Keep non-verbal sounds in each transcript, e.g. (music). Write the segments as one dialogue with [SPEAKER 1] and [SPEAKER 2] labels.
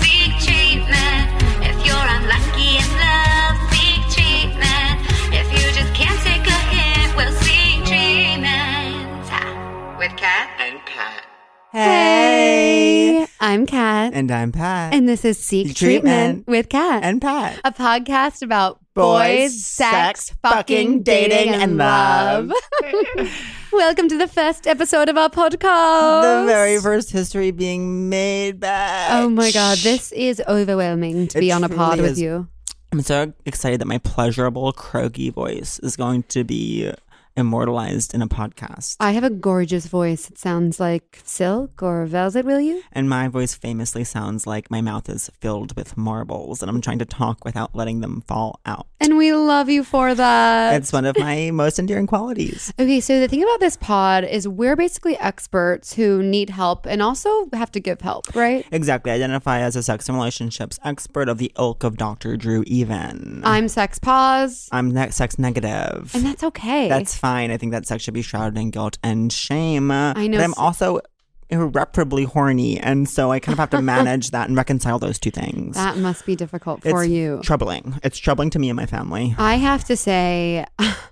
[SPEAKER 1] Seek treatment if you're unlucky in love. Seek treatment if you just can't take a hint. Well, seek treatment Ah, with Kat.
[SPEAKER 2] and Pat.
[SPEAKER 3] Hey.
[SPEAKER 4] I'm Kat,
[SPEAKER 3] And
[SPEAKER 4] and,
[SPEAKER 3] I'm Pat.
[SPEAKER 4] this is Seek
[SPEAKER 3] Seek
[SPEAKER 4] Treatment,
[SPEAKER 3] Treatment.
[SPEAKER 4] with Kat,
[SPEAKER 3] and Pat.
[SPEAKER 4] a podcast about boys, sex, fucking, dating, and love. (laughs) Welcome to the first episode of our podcast.
[SPEAKER 3] the very first history being made back.
[SPEAKER 4] Oh my god, this is overwhelming to
[SPEAKER 3] It
[SPEAKER 4] be on a pod
[SPEAKER 3] truly
[SPEAKER 4] with
[SPEAKER 3] is.
[SPEAKER 4] you.
[SPEAKER 5] I'm so excited that my pleasurable croaky voice is going to be immortalized in a podcast.
[SPEAKER 4] I have a gorgeous voice. It sounds like silk or velvet, will you?
[SPEAKER 5] And my voice famously sounds like my mouth is filled with marbles and I'm trying to talk without letting them fall out.
[SPEAKER 4] And we love you for that.
[SPEAKER 5] It's one of
[SPEAKER 4] (laughs)
[SPEAKER 5] my most endearing qualities.
[SPEAKER 4] Okay, so the thing about this pod is we're basically experts who need help and also have to give help, right?
[SPEAKER 5] Exactly. Identify as a sex and relationships expert of the ilk of Dr. Drew Even.
[SPEAKER 4] I'm sex pause,
[SPEAKER 5] I'm ne- sex negative.
[SPEAKER 4] and that's okay.
[SPEAKER 5] That's fine. I think that sex should be shrouded in guilt and shame. I
[SPEAKER 4] know
[SPEAKER 5] But I'm
[SPEAKER 4] s-
[SPEAKER 5] also irreparably horny. And so I kind of have
[SPEAKER 4] (laughs)
[SPEAKER 5] to manage that and reconcile those two things.
[SPEAKER 4] that must be difficult
[SPEAKER 5] it's
[SPEAKER 4] for you.
[SPEAKER 5] troubling. It's troubling to me and my family.
[SPEAKER 4] I have to say, (laughs)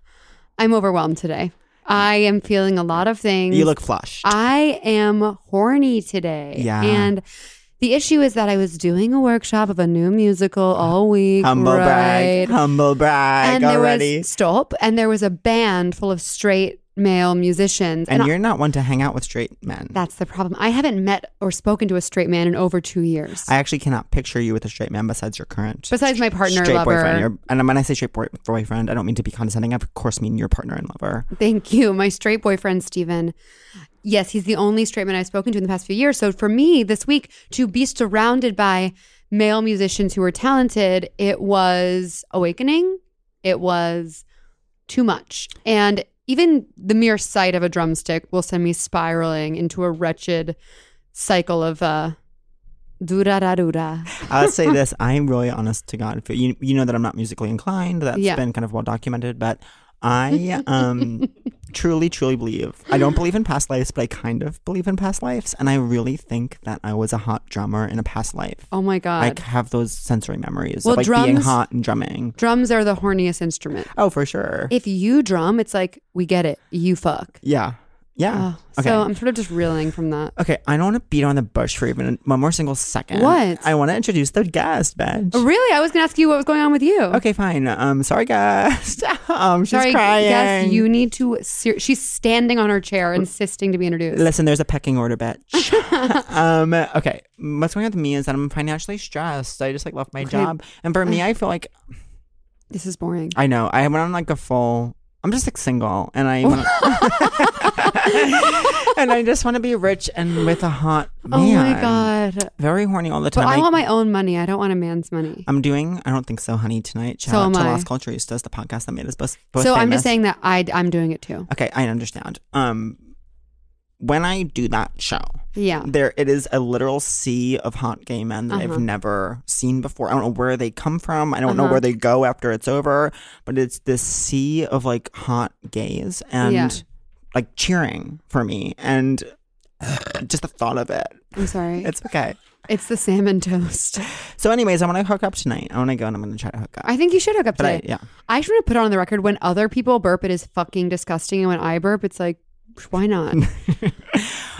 [SPEAKER 4] I'm overwhelmed today. I am feeling a lot of things.
[SPEAKER 5] You look flushed.
[SPEAKER 4] I am horny today.
[SPEAKER 5] Yeah.
[SPEAKER 4] And the issue is that I was doing a workshop of a new musical all week.
[SPEAKER 5] humble
[SPEAKER 4] right?
[SPEAKER 5] brag. Humble brag
[SPEAKER 4] and there
[SPEAKER 5] already.
[SPEAKER 4] was stop, and there was a band full of straight male musicians,
[SPEAKER 5] and
[SPEAKER 4] I-
[SPEAKER 5] you're not one to hang out with straight men.
[SPEAKER 4] that's the problem. I haven't met or spoken to a straight man in over two years.
[SPEAKER 5] I actually cannot picture you with a straight man besides your current.
[SPEAKER 4] Besides my partner,
[SPEAKER 5] straight
[SPEAKER 4] lover.
[SPEAKER 5] boyfriend. Your, and when I say straight boy- boyfriend, I don't mean to be condescending. I, of course, mean your partner and lover.
[SPEAKER 4] Thank you, my straight boyfriend, Steven. Yes, he's the only straight man I've spoken to in the past few years. So for me, this week, to be surrounded by male musicians who were talented, it was awakening. It was too much. And even the mere sight of a drumstick will send me spiraling into a wretched cycle of uh dura
[SPEAKER 5] I'll
[SPEAKER 4] (laughs)
[SPEAKER 5] say this: I'm really honest to God. You you know that I'm not musically inclined. That's
[SPEAKER 4] Yeah.
[SPEAKER 5] been kind of well documented. But I
[SPEAKER 4] (laughs)
[SPEAKER 5] um truly, truly believe. I don't believe in past lives, but I kind of believe in past lives, and I really think that I was a hot drummer in a past life.
[SPEAKER 4] Oh my
[SPEAKER 5] I
[SPEAKER 4] god.
[SPEAKER 5] have those sensory memories
[SPEAKER 4] Well,
[SPEAKER 5] of like being
[SPEAKER 4] drums-
[SPEAKER 5] hot and drumming.
[SPEAKER 4] Drums are the horniest instrument.
[SPEAKER 5] Oh, for sure.
[SPEAKER 4] If you drum, it's like we get it. You fuck.
[SPEAKER 5] yeah, yeah.
[SPEAKER 4] Oh,
[SPEAKER 5] okay.
[SPEAKER 4] So I'm sort of just reeling from that.
[SPEAKER 5] Okay, I don't want to beat on the bush for even one more single second.
[SPEAKER 4] What?
[SPEAKER 5] I want to introduce the guest, bitch.
[SPEAKER 4] Oh, Really? I was going to ask you what was going on with you.
[SPEAKER 5] Okay, fine. Um, sorry, guest. (laughs) um, she's
[SPEAKER 4] Oh. Sorry,
[SPEAKER 5] crying.
[SPEAKER 4] guess you need to. Ser- she's standing on her chair, insisting to be introduced.
[SPEAKER 5] Listen, there's a pecking order,
[SPEAKER 4] (laughs)
[SPEAKER 5] bitch. um, okay, what's going on with me is that I'm financially stressed. I just like left my job, and for me, I feel like
[SPEAKER 4] this is boring.
[SPEAKER 5] I know I went on like a full. I'm just like single, and I
[SPEAKER 4] (laughs)
[SPEAKER 5] went (laughs) on- and I just want to be rich and with a hot man.
[SPEAKER 4] oh my god!
[SPEAKER 5] very horny all the
[SPEAKER 4] But
[SPEAKER 5] time.
[SPEAKER 4] I want my own money. I don't want a man's money.
[SPEAKER 5] I'm doing. I don't think so, honey. Tonight, shout
[SPEAKER 4] So
[SPEAKER 5] out to
[SPEAKER 4] am I.
[SPEAKER 5] Lost Cultures, does the podcast that made us both.
[SPEAKER 4] so
[SPEAKER 5] both
[SPEAKER 4] I'm
[SPEAKER 5] famous.
[SPEAKER 4] just saying that I I'm doing it too.
[SPEAKER 5] Okay, I understand. Um, when I do that show,
[SPEAKER 4] Yeah.
[SPEAKER 5] there it is a literal sea of hot gay men that
[SPEAKER 4] Uh-huh.
[SPEAKER 5] I've never seen before. I don't know where they come from. I don't know
[SPEAKER 4] Uh-huh.
[SPEAKER 5] where they go after it's over, but it's this sea of like hot gays and
[SPEAKER 4] Yeah.
[SPEAKER 5] like cheering for me and (sighs) just the thought of (laughs) it.
[SPEAKER 4] I'm sorry. It's,
[SPEAKER 5] It's okay.
[SPEAKER 4] the
[SPEAKER 5] (laughs)
[SPEAKER 4] salmon toast.
[SPEAKER 5] So, anyways, I want to hook up tonight. I want to go and I'm going to try to hook up. (laughs)
[SPEAKER 4] I think you should hook up
[SPEAKER 5] but I,
[SPEAKER 4] today.
[SPEAKER 5] yeah,
[SPEAKER 4] I, should have put on the record when other people burp, it is fucking disgusting, and when I burp, it's like,
[SPEAKER 5] (laughs)
[SPEAKER 4] why not?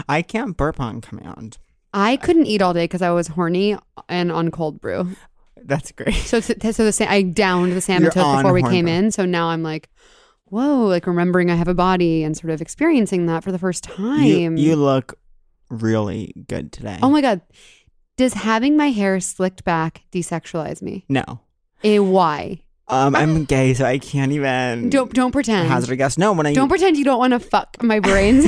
[SPEAKER 5] I can't burp on command.
[SPEAKER 4] I couldn't eat all day because I was horny and on cold brew.
[SPEAKER 5] That's great.
[SPEAKER 4] So, so the sa- I downed the salmon
[SPEAKER 5] You're
[SPEAKER 4] toast
[SPEAKER 5] on
[SPEAKER 4] before we
[SPEAKER 5] horn
[SPEAKER 4] came
[SPEAKER 5] bun.
[SPEAKER 4] in. So now I'm like, whoa, like remembering I have a body and sort of experiencing that for the first
[SPEAKER 5] You,
[SPEAKER 4] time.
[SPEAKER 5] you look really good today.
[SPEAKER 4] oh my god, does having my hair slicked back desexualize me?
[SPEAKER 5] no.
[SPEAKER 4] A why?
[SPEAKER 5] Um, I'm gay, so I can't even.
[SPEAKER 4] Ah. Don't don't pretend.
[SPEAKER 5] hazard a guess. No, when I (laughs)
[SPEAKER 4] Don't pretend you don't want to fuck my brains.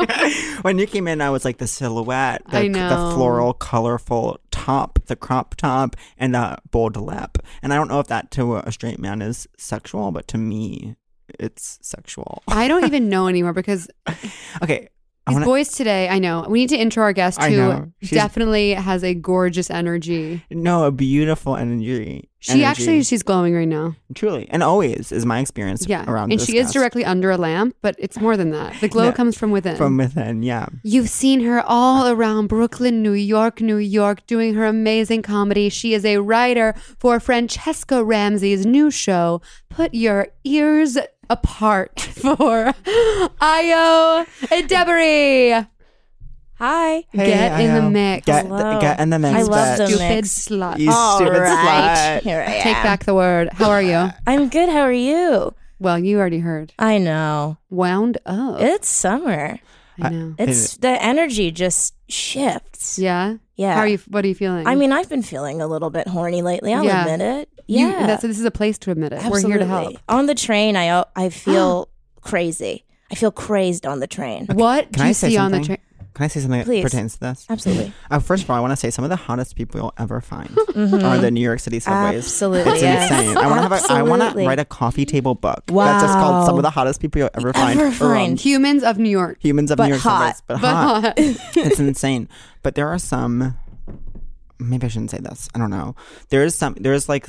[SPEAKER 4] (laughs)
[SPEAKER 5] when you came in, I was like the silhouette, the,
[SPEAKER 4] I
[SPEAKER 5] the
[SPEAKER 4] know.
[SPEAKER 5] floral, colorful top top, the crop top, and the bold lip. And I don't know if that to a straight man is sexual, but to me, it's sexual.
[SPEAKER 4] I don't even know anymore because
[SPEAKER 5] Okay, I
[SPEAKER 4] these
[SPEAKER 5] wanna-
[SPEAKER 4] boys today, I know. We need to intro our guest
[SPEAKER 5] I
[SPEAKER 4] who
[SPEAKER 5] know. She's-
[SPEAKER 4] definitely has a gorgeous energy.
[SPEAKER 5] no, a beautiful energy.
[SPEAKER 4] She
[SPEAKER 5] energy.
[SPEAKER 4] actually she's glowing right now.
[SPEAKER 5] truly and always is my experience.
[SPEAKER 4] Yeah.
[SPEAKER 5] around
[SPEAKER 4] and
[SPEAKER 5] this
[SPEAKER 4] she is
[SPEAKER 5] cast.
[SPEAKER 4] directly under a lamp, but it's more than that. The glow
[SPEAKER 5] No,
[SPEAKER 4] comes from within.
[SPEAKER 5] from within. Yeah,
[SPEAKER 4] You've seen her all around Brooklyn, New York, New York, doing her amazing comedy. She is a writer for Francesca Ramsey's new show, Put Your Ears Apart (laughs) for Io Debris.
[SPEAKER 2] Hi.
[SPEAKER 5] Hey,
[SPEAKER 4] Get in the
[SPEAKER 5] Ayo.
[SPEAKER 4] mix.
[SPEAKER 5] Get,
[SPEAKER 2] Hello.
[SPEAKER 5] get in the mix.
[SPEAKER 2] I love
[SPEAKER 5] bitch.
[SPEAKER 2] the
[SPEAKER 4] Stupid
[SPEAKER 2] mix.
[SPEAKER 4] slut.
[SPEAKER 5] You stupid slut.
[SPEAKER 2] Here I
[SPEAKER 4] Take
[SPEAKER 2] am.
[SPEAKER 4] back the word. How are
[SPEAKER 2] (sighs)
[SPEAKER 4] you?
[SPEAKER 2] I'm good. How are you?
[SPEAKER 4] Well, you already heard.
[SPEAKER 2] I know.
[SPEAKER 4] Wound up.
[SPEAKER 2] It's summer.
[SPEAKER 4] I know.
[SPEAKER 2] It's the energy just shifts.
[SPEAKER 4] yeah.
[SPEAKER 2] Yeah.
[SPEAKER 4] How are you? What are you feeling?
[SPEAKER 2] I mean, I've been feeling a little bit horny lately. I'll
[SPEAKER 4] Yeah.
[SPEAKER 2] admit it.
[SPEAKER 4] You-
[SPEAKER 2] Yeah.
[SPEAKER 4] that's, this is a place to admit it. We're here to help.
[SPEAKER 2] Absolutely. On the train, I
[SPEAKER 4] (gasps)
[SPEAKER 2] I feel crazy. I feel crazed on the train.
[SPEAKER 5] Can
[SPEAKER 4] What do you
[SPEAKER 5] I say
[SPEAKER 4] see on
[SPEAKER 5] something?
[SPEAKER 4] the train?
[SPEAKER 5] Can I say something
[SPEAKER 2] Please.
[SPEAKER 5] that pertains to this?
[SPEAKER 2] Absolutely.
[SPEAKER 5] Uh, first of all, I want to say some of the hottest people you'll ever
[SPEAKER 2] (laughs)
[SPEAKER 5] find are the New York City subways.
[SPEAKER 2] Mm-hmm. Absolutely,
[SPEAKER 5] it's
[SPEAKER 2] yes.
[SPEAKER 5] insane. I want to have a, I want to
[SPEAKER 2] Absolutely.
[SPEAKER 5] write a coffee table book that's just
[SPEAKER 2] Wow.
[SPEAKER 5] called "Some of the Hottest People You'll Ever Find."
[SPEAKER 2] Ever
[SPEAKER 5] around
[SPEAKER 2] find.
[SPEAKER 4] Humans of
[SPEAKER 5] (laughs)
[SPEAKER 4] New York.
[SPEAKER 5] Humans of
[SPEAKER 2] But
[SPEAKER 5] New York
[SPEAKER 2] hot.
[SPEAKER 5] subways, but,
[SPEAKER 4] But
[SPEAKER 5] hot.
[SPEAKER 4] (laughs) hot.
[SPEAKER 2] (laughs)
[SPEAKER 5] it's insane. But there are some. Maybe I shouldn't say this. I don't know. There is some. There is like.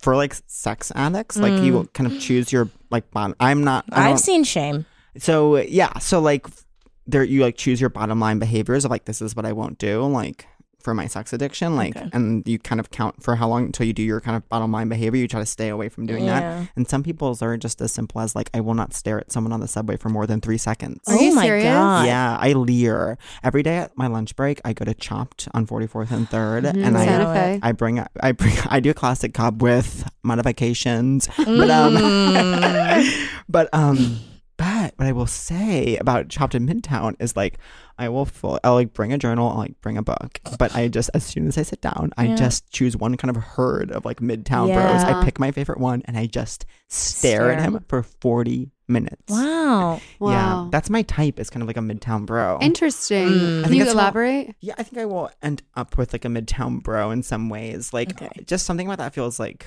[SPEAKER 5] For like sex addicts, like you kind of choose your like bottom. I'm not. I
[SPEAKER 2] Mm. I've
[SPEAKER 5] don't-
[SPEAKER 2] seen shame.
[SPEAKER 5] so yeah, so like f- there you like choose your bottom line behaviors of like this is what I won't do, like for my sex addiction, like and you kind of count for how long until you do your kind of bottom line behavior. You try to stay away from doing
[SPEAKER 2] Yeah.
[SPEAKER 5] that. And some people's are just as simple as like I will not stare at someone on the subway for more than three seconds.
[SPEAKER 4] Are
[SPEAKER 2] oh
[SPEAKER 4] you
[SPEAKER 2] my
[SPEAKER 4] serious?
[SPEAKER 2] god.
[SPEAKER 5] Yeah, I leer every day at my lunch break. I go to Chopped on 44th and 3rd and I
[SPEAKER 4] Santa
[SPEAKER 2] I-
[SPEAKER 4] Fe.
[SPEAKER 5] I bring I bring (laughs) I do a classic cob with modifications, but um,
[SPEAKER 2] Mm.
[SPEAKER 5] (laughs) but um, but what I will say about Chopped in Midtown is like I will full I'll like bring a journal, I'll like bring a book, but I just as soon as I sit down, I
[SPEAKER 2] Yeah.
[SPEAKER 5] just choose one kind of herd of like Midtown bros.
[SPEAKER 4] Yeah.
[SPEAKER 5] I pick my favorite one and I just stare, at
[SPEAKER 2] Stare.
[SPEAKER 5] him for forty minutes.
[SPEAKER 2] Wow.
[SPEAKER 4] Wow.
[SPEAKER 5] Yeah, that's my type. Is kind of like a Midtown bro.
[SPEAKER 4] Interesting.
[SPEAKER 5] I
[SPEAKER 4] Can
[SPEAKER 5] think
[SPEAKER 4] you
[SPEAKER 5] that's how-
[SPEAKER 4] elaborate?
[SPEAKER 5] Yeah, I think I will end up with like a midtown bro in some ways. Like,
[SPEAKER 2] Okay.
[SPEAKER 5] just something about that feels like.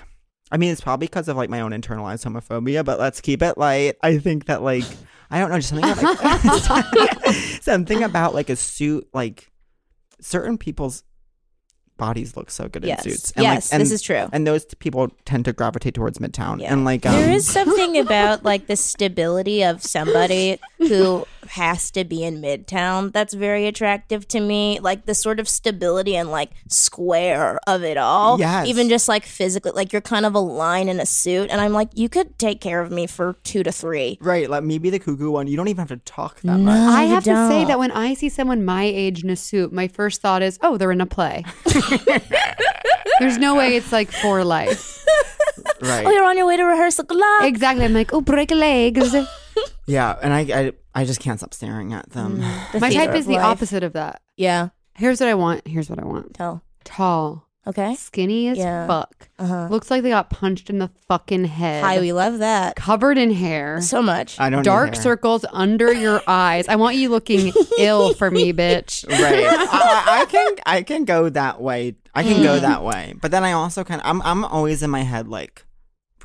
[SPEAKER 5] I mean, it's probably because of like my own internalized homophobia, but let's keep it light. I think that like I don't know, just something about, like, (laughs) something about like a suit. Like certain people's bodies look so good
[SPEAKER 2] Yes.
[SPEAKER 5] in suits.
[SPEAKER 2] Yes,
[SPEAKER 5] like,
[SPEAKER 2] this is true.
[SPEAKER 5] And those t- people tend to gravitate towards midtown.
[SPEAKER 2] Yeah.
[SPEAKER 5] And like um,
[SPEAKER 2] There
[SPEAKER 4] (laughs)
[SPEAKER 2] is something about like the stability of somebody who has to be in Midtown that's very attractive to me. Like the sort of stability and like square of it all.
[SPEAKER 5] Yes.
[SPEAKER 2] Even just like physically, like you're kind of a line in a suit. And I'm like, you could take care of me for two to three.
[SPEAKER 5] right, like me be the cuckoo one. You don't even have to talk that much.
[SPEAKER 4] I have to say that when I see someone my age in a suit, my first thought is, oh, they're in a play.
[SPEAKER 2] (laughs)
[SPEAKER 4] There's no way it's like for life.
[SPEAKER 2] (laughs)
[SPEAKER 5] Right.
[SPEAKER 2] Oh, you're on your way to rehearsal. Good luck.
[SPEAKER 4] Exactly. I'm like, oh, break legs.
[SPEAKER 5] Yeah, and I, I I just can't stop staring at them. (laughs)
[SPEAKER 2] The
[SPEAKER 4] My
[SPEAKER 2] theater
[SPEAKER 4] type is
[SPEAKER 2] of
[SPEAKER 4] the
[SPEAKER 2] life.
[SPEAKER 4] opposite of that.
[SPEAKER 2] Yeah.
[SPEAKER 4] Here's what I want. Here's what I want.
[SPEAKER 2] Tell.
[SPEAKER 4] Tall,
[SPEAKER 2] Okay.
[SPEAKER 4] skinny as
[SPEAKER 2] Yeah. Uh-huh.
[SPEAKER 4] fuck. Looks like they got punched in the fucking head.
[SPEAKER 2] Hi, we love that
[SPEAKER 4] Covered in hair.
[SPEAKER 2] so much.
[SPEAKER 5] I don't need
[SPEAKER 4] Dark
[SPEAKER 5] hair.
[SPEAKER 4] circles under (laughs) your eyes. I want you (laughs) looking ill for me, bitch.
[SPEAKER 5] Right.
[SPEAKER 4] (laughs)
[SPEAKER 5] I, I- I can I can go that way. I can
[SPEAKER 4] Mm.
[SPEAKER 5] go that way. But then I also kind of I'm I'm always in my head like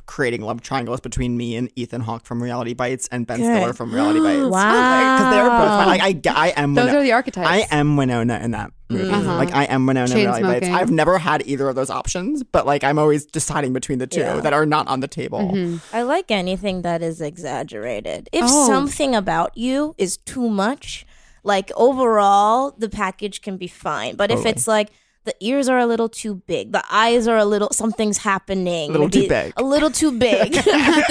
[SPEAKER 5] creating love triangles between me and Ethan Hawke from Reality Bites and Ben Stiller from Reality
[SPEAKER 4] (gasps)
[SPEAKER 5] Bites.
[SPEAKER 2] Wow.
[SPEAKER 5] Because they're both my, like I, I am
[SPEAKER 4] Those
[SPEAKER 5] Winona.
[SPEAKER 4] are the archetypes.
[SPEAKER 5] I am Winona in that movie.
[SPEAKER 4] Uh-huh.
[SPEAKER 5] Like I am Winona in
[SPEAKER 4] Chain
[SPEAKER 5] Reality Bites.
[SPEAKER 4] smoking.
[SPEAKER 5] I've never had either of those options, but like I'm always deciding between the two that are not on the table.
[SPEAKER 4] Mm-hmm.
[SPEAKER 2] I like anything that is exaggerated. If
[SPEAKER 4] Oh.
[SPEAKER 2] something about you is too much, like overall, the package can be fine. But if it's like the ears are a little too big, the eyes are a little, something's happening.
[SPEAKER 5] Little
[SPEAKER 2] with
[SPEAKER 5] too
[SPEAKER 2] the-
[SPEAKER 5] big.
[SPEAKER 2] A little too big.
[SPEAKER 5] (laughs)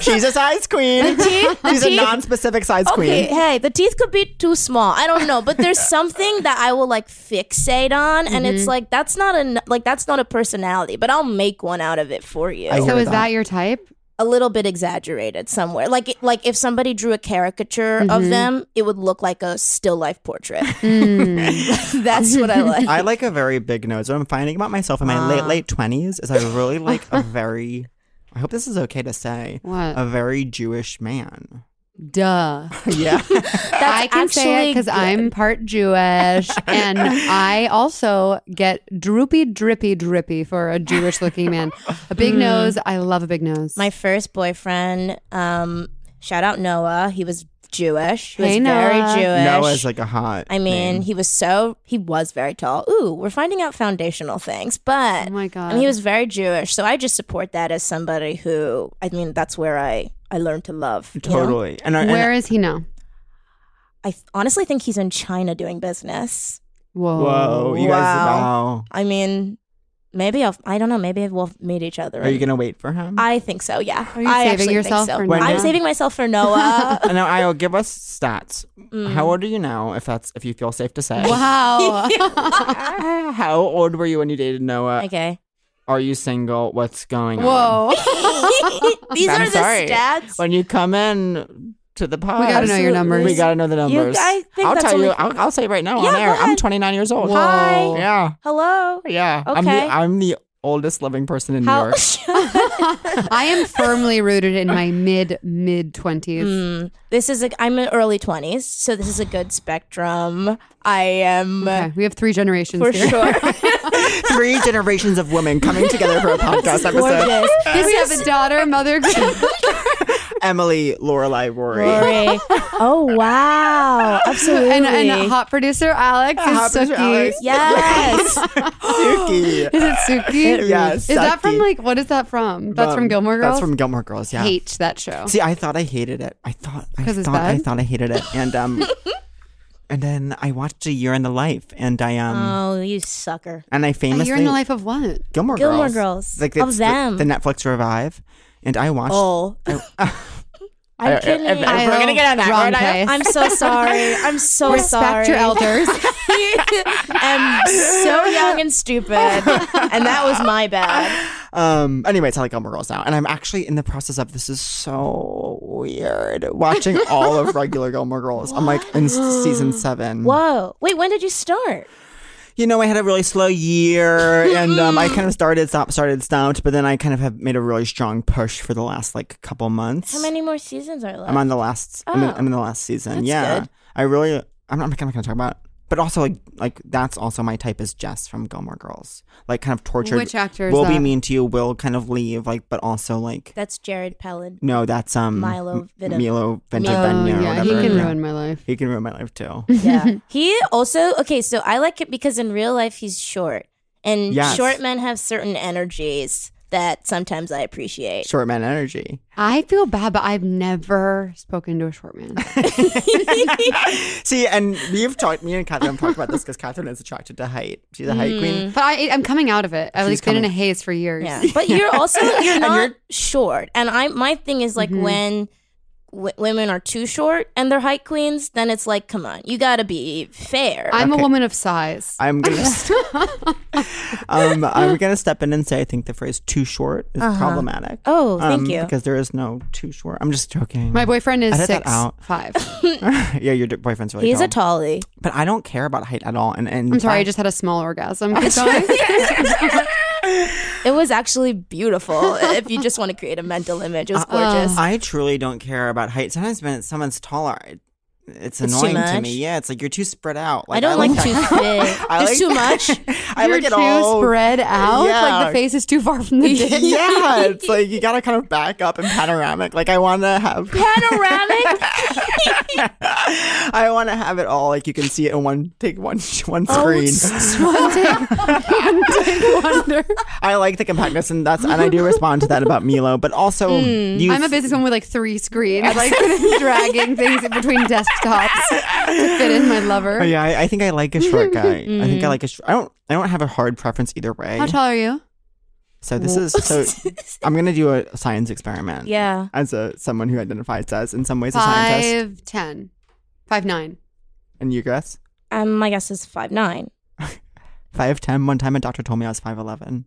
[SPEAKER 5] She's a size queen. She's a non-specific size
[SPEAKER 2] (laughs) okay,
[SPEAKER 5] (laughs) queen.
[SPEAKER 2] hey, the teeth could be too small. I don't know, but there's something that I will like fixate on, and
[SPEAKER 5] Mm-hmm.
[SPEAKER 2] it's like that's not a like that's not a personality, but I'll make one out of it for you.
[SPEAKER 5] I
[SPEAKER 4] So
[SPEAKER 5] hear
[SPEAKER 4] is that your type?
[SPEAKER 2] a little bit exaggerated somewhere. Like like if somebody drew a caricature
[SPEAKER 5] Mm-hmm.
[SPEAKER 2] of them, it would look like a still life portrait.
[SPEAKER 5] Mm.
[SPEAKER 2] (laughs) That's what I like.
[SPEAKER 5] I like a very big nose. What I'm finding about myself in my
[SPEAKER 2] Ah.
[SPEAKER 5] late late twenties is I
[SPEAKER 2] (laughs)
[SPEAKER 5] really like a very. I hope this is okay to say.
[SPEAKER 4] What?
[SPEAKER 2] (laughs)
[SPEAKER 5] A very Jewish man.
[SPEAKER 4] Duh.
[SPEAKER 5] yeah.
[SPEAKER 4] (laughs) I can say it
[SPEAKER 2] actually
[SPEAKER 4] because I'm part
[SPEAKER 5] (laughs)
[SPEAKER 4] Jewish, and I also get droopy, drippy, drippy for a Jewish-looking man. A big nose. I love a big nose.
[SPEAKER 2] my first boyfriend. Um, shout out Noah. He was Jewish. He was
[SPEAKER 4] Hey,
[SPEAKER 2] very
[SPEAKER 4] Noah.
[SPEAKER 2] Jewish.
[SPEAKER 5] Noah's like a hot.
[SPEAKER 2] I mean,
[SPEAKER 5] name.
[SPEAKER 2] he was so he was very tall. Ooh, we're finding out foundational things, but
[SPEAKER 4] oh my god.
[SPEAKER 2] I mean, he was very Jewish, so I just support that as somebody who I mean, that's where I I learned to love. you know?
[SPEAKER 5] (laughs) totally. And, I- and
[SPEAKER 4] Where is he now?
[SPEAKER 2] I th- honestly think he's in China doing business.
[SPEAKER 4] Whoa.
[SPEAKER 5] whoa, you guys,
[SPEAKER 2] Wow.
[SPEAKER 5] wow.
[SPEAKER 2] I mean, maybe I'll I don't know. Maybe we'll meet each other.
[SPEAKER 5] Are you gonna wait for him?
[SPEAKER 2] I think so. Yeah.
[SPEAKER 4] Are you
[SPEAKER 2] I
[SPEAKER 4] saving
[SPEAKER 2] actually think
[SPEAKER 4] yourself
[SPEAKER 2] so.
[SPEAKER 4] for
[SPEAKER 5] When-
[SPEAKER 2] I'm
[SPEAKER 5] Noah?
[SPEAKER 2] saving myself for Noah.
[SPEAKER 5] (laughs) Uh, now, I'll give us stats.
[SPEAKER 2] Mm.
[SPEAKER 5] How old are you now? If that's if you feel safe to say.
[SPEAKER 4] (laughs) Wow.
[SPEAKER 5] Ah, (laughs) How old were you when you dated Noah? (laughs)
[SPEAKER 2] Okay. (laughs)
[SPEAKER 5] Are you single? What's going on?
[SPEAKER 4] Whoa.
[SPEAKER 2] These
[SPEAKER 5] I'm
[SPEAKER 2] are the
[SPEAKER 5] sorry.
[SPEAKER 2] stats.
[SPEAKER 5] When you come in to the pod,
[SPEAKER 4] We gotta know your
[SPEAKER 2] Absolutely.
[SPEAKER 4] numbers.
[SPEAKER 5] We gotta know the numbers.
[SPEAKER 2] I think
[SPEAKER 5] will
[SPEAKER 2] that's
[SPEAKER 5] tell you.
[SPEAKER 2] only-
[SPEAKER 5] I'll, I'll say right now
[SPEAKER 2] Yeah,
[SPEAKER 5] on
[SPEAKER 2] go
[SPEAKER 5] air. I'm
[SPEAKER 2] ahead.
[SPEAKER 5] 29 years old.
[SPEAKER 4] Whoa.
[SPEAKER 2] Hi.
[SPEAKER 5] Yeah,
[SPEAKER 2] Hello.
[SPEAKER 5] yeah. I'm
[SPEAKER 2] Okay.
[SPEAKER 5] the I'm the oldest living person in New
[SPEAKER 2] How? (laughs)
[SPEAKER 5] York.
[SPEAKER 4] I am firmly rooted in my mid mid twenties.
[SPEAKER 2] Mm, this is a. I'm in early twenties, so this is a good spectrum. I am uh,
[SPEAKER 4] Okay, we have three generations
[SPEAKER 2] for
[SPEAKER 4] here.
[SPEAKER 2] sure.
[SPEAKER 4] (laughs)
[SPEAKER 5] Three generations of women coming together (laughs) for a podcast episode.
[SPEAKER 2] Gorgeous.
[SPEAKER 4] we have a
[SPEAKER 5] (laughs)
[SPEAKER 4] daughter, mother.
[SPEAKER 5] Emily, Lorelai, Rory.
[SPEAKER 2] Rory. Oh wow! Absolutely.
[SPEAKER 4] (laughs) and, uh, and hot producer Alex is
[SPEAKER 5] Hot producer
[SPEAKER 4] Suki.
[SPEAKER 5] Alex.
[SPEAKER 2] yes.
[SPEAKER 4] (laughs)
[SPEAKER 5] Suki.
[SPEAKER 4] Is it Suki?
[SPEAKER 5] (laughs) Yes,
[SPEAKER 4] Is that from
[SPEAKER 5] Suki.
[SPEAKER 4] like what is that from? That's from
[SPEAKER 5] Um,
[SPEAKER 4] Gilmore Girls.
[SPEAKER 5] That's from Gilmore Girls. Yeah.
[SPEAKER 4] Hate that show.
[SPEAKER 5] See, I thought I hated it. I thought I
[SPEAKER 4] 'Cause
[SPEAKER 5] thought
[SPEAKER 4] it's
[SPEAKER 5] I
[SPEAKER 4] bad?
[SPEAKER 5] thought I hated it, and
[SPEAKER 2] (laughs)
[SPEAKER 5] um, and then I watched A Year in the Life, and I um,
[SPEAKER 2] oh, you sucker.
[SPEAKER 5] and I
[SPEAKER 4] A
[SPEAKER 5] famously
[SPEAKER 4] year in the life of what?
[SPEAKER 5] Gilmore,
[SPEAKER 2] Gilmore
[SPEAKER 5] Girls,
[SPEAKER 2] Girls.
[SPEAKER 5] like
[SPEAKER 2] Of
[SPEAKER 5] it's
[SPEAKER 2] them.
[SPEAKER 5] the, the Netflix revive, and I watched.
[SPEAKER 2] Oh. (laughs)
[SPEAKER 5] I- I-
[SPEAKER 2] I'm kidding.
[SPEAKER 5] if- if
[SPEAKER 2] I,
[SPEAKER 5] we're gonna get on that
[SPEAKER 4] Wrong
[SPEAKER 5] road, I-
[SPEAKER 4] place.
[SPEAKER 2] am so sorry. I'm so sorry.
[SPEAKER 4] Respect your elders.
[SPEAKER 2] (laughs) I'm so young and stupid, and that was my bad.
[SPEAKER 5] Um. Anyway, it's like Gilmore Girls now, and I'm actually in the process of this is so weird
[SPEAKER 2] (laughs)
[SPEAKER 5] watching all of regular Gilmore Girls. I'm like in s-
[SPEAKER 2] (gasps)
[SPEAKER 5] season seven.
[SPEAKER 2] Whoa! Wait, when did you start?
[SPEAKER 5] you know, I had a really slow year, and um, I
[SPEAKER 2] (laughs)
[SPEAKER 5] kind of started, stopped, started, stopped, but then I kind of have made a really strong push for the last like couple months.
[SPEAKER 2] How many more seasons are left?
[SPEAKER 5] I'm on the last. I'm, in,
[SPEAKER 2] Oh.
[SPEAKER 5] I'm in the last season.
[SPEAKER 2] That's
[SPEAKER 5] yeah,
[SPEAKER 2] good.
[SPEAKER 5] I really. I'm not, I'm not gonna talk about. But also, like, like that's also my type is Jess from Gilmore Girls. Like, kind of tortured.
[SPEAKER 4] Which actor is
[SPEAKER 5] will be
[SPEAKER 4] that?
[SPEAKER 5] mean to you? Will kind of leave. Like, but also like.
[SPEAKER 2] That's
[SPEAKER 5] (laughs)
[SPEAKER 2] Jared Pellin.
[SPEAKER 5] no, that's um
[SPEAKER 2] Milo Vita-
[SPEAKER 5] Milo Venta
[SPEAKER 4] Oh,
[SPEAKER 5] Benya or
[SPEAKER 4] yeah, he
[SPEAKER 5] whatever.
[SPEAKER 4] can
[SPEAKER 5] Yeah.
[SPEAKER 4] ruin my life.
[SPEAKER 5] He can ruin my life
[SPEAKER 4] (laughs)
[SPEAKER 5] too.
[SPEAKER 2] Yeah. he also okay, so I like it because in real life he's short. And
[SPEAKER 5] Yes.
[SPEAKER 2] short men have certain energies that sometimes I appreciate.
[SPEAKER 5] Short man energy.
[SPEAKER 4] I feel bad, but I've never spoken to a short man.
[SPEAKER 5] See, and we've talked, me and Catherine have talked about this because Catherine is attracted to height. She's a height queen.
[SPEAKER 4] But I, I'm coming out of it. I've
[SPEAKER 5] She's
[SPEAKER 4] like, been in a
[SPEAKER 5] coming-
[SPEAKER 4] haze for years.
[SPEAKER 2] Yeah. (laughs) But you're also you're
[SPEAKER 5] And
[SPEAKER 2] not
[SPEAKER 5] you're-
[SPEAKER 2] short. And I my thing is like when w- women are too short and they're height queens, then it's like come on, you got to be fair.
[SPEAKER 4] I'm
[SPEAKER 5] Okay.
[SPEAKER 4] a woman of size.
[SPEAKER 5] I'm
[SPEAKER 2] (laughs)
[SPEAKER 5] gonna, st- um, I'm gonna step in and say I think the phrase "too short" is problematic.
[SPEAKER 2] Uh-huh. oh, thank
[SPEAKER 5] um,
[SPEAKER 2] you.
[SPEAKER 5] Because there is no too short. I'm just joking.
[SPEAKER 4] My boyfriend is
[SPEAKER 5] Edit that
[SPEAKER 4] six
[SPEAKER 5] out.
[SPEAKER 4] five.
[SPEAKER 5] (laughs) yeah, your d- boyfriend's really
[SPEAKER 2] He's
[SPEAKER 5] tall.
[SPEAKER 2] a tallie.
[SPEAKER 5] but I don't care about height at all. And, and
[SPEAKER 4] I'm sorry, I
[SPEAKER 5] I-
[SPEAKER 4] just had a small
[SPEAKER 5] (laughs)
[SPEAKER 4] orgasm. Keep going.
[SPEAKER 2] It was actually beautiful. if you just want to create a mental image, it was gorgeous.
[SPEAKER 5] I truly don't care about height. Sometimes when someone's taller, it, it's
[SPEAKER 2] It's too
[SPEAKER 5] annoying to
[SPEAKER 2] much.
[SPEAKER 5] me. Yeah, it's like you're too spread out.
[SPEAKER 2] I don't like,
[SPEAKER 5] that.
[SPEAKER 2] (laughs) too thick.
[SPEAKER 5] I
[SPEAKER 2] There's
[SPEAKER 5] like-
[SPEAKER 2] too much.
[SPEAKER 5] I
[SPEAKER 4] You're
[SPEAKER 5] like it
[SPEAKER 4] too
[SPEAKER 5] all
[SPEAKER 4] spread out. Like
[SPEAKER 5] Yeah.
[SPEAKER 4] the face is too far from the dick.
[SPEAKER 5] (laughs) yeah, it's like
[SPEAKER 2] (laughs)
[SPEAKER 5] you gotta kind of back up and panoramic. Like I want to have,
[SPEAKER 2] (laughs) Panoramic
[SPEAKER 5] I want to have it all. Like you can see it in one take, one (laughs) one
[SPEAKER 4] Oh,
[SPEAKER 5] screen.
[SPEAKER 4] It's one take, one take wonder.
[SPEAKER 5] I like the compactness, and that's and I do respond to that about Milo. But also, you
[SPEAKER 4] Hmm, I'm a businesswoman with like three screens, like (laughs) dragging things between desktops to fit in my lover.
[SPEAKER 5] Oh, yeah, I, I think I like a
[SPEAKER 4] (laughs)
[SPEAKER 5] short guy. I think I like a. Sh- I don't. I don't have a hard preference either way.
[SPEAKER 4] Hmm. How tall are you?
[SPEAKER 5] So this is. So
[SPEAKER 4] (laughs)
[SPEAKER 5] I'm gonna do a science experiment.
[SPEAKER 2] Yeah.
[SPEAKER 5] As a someone who identifies as in some ways a scientist,
[SPEAKER 4] Five ten, five nine.
[SPEAKER 5] and you guess
[SPEAKER 2] Um, my guess is five nine.
[SPEAKER 5] five ten. One time, a doctor told me I was five eleven.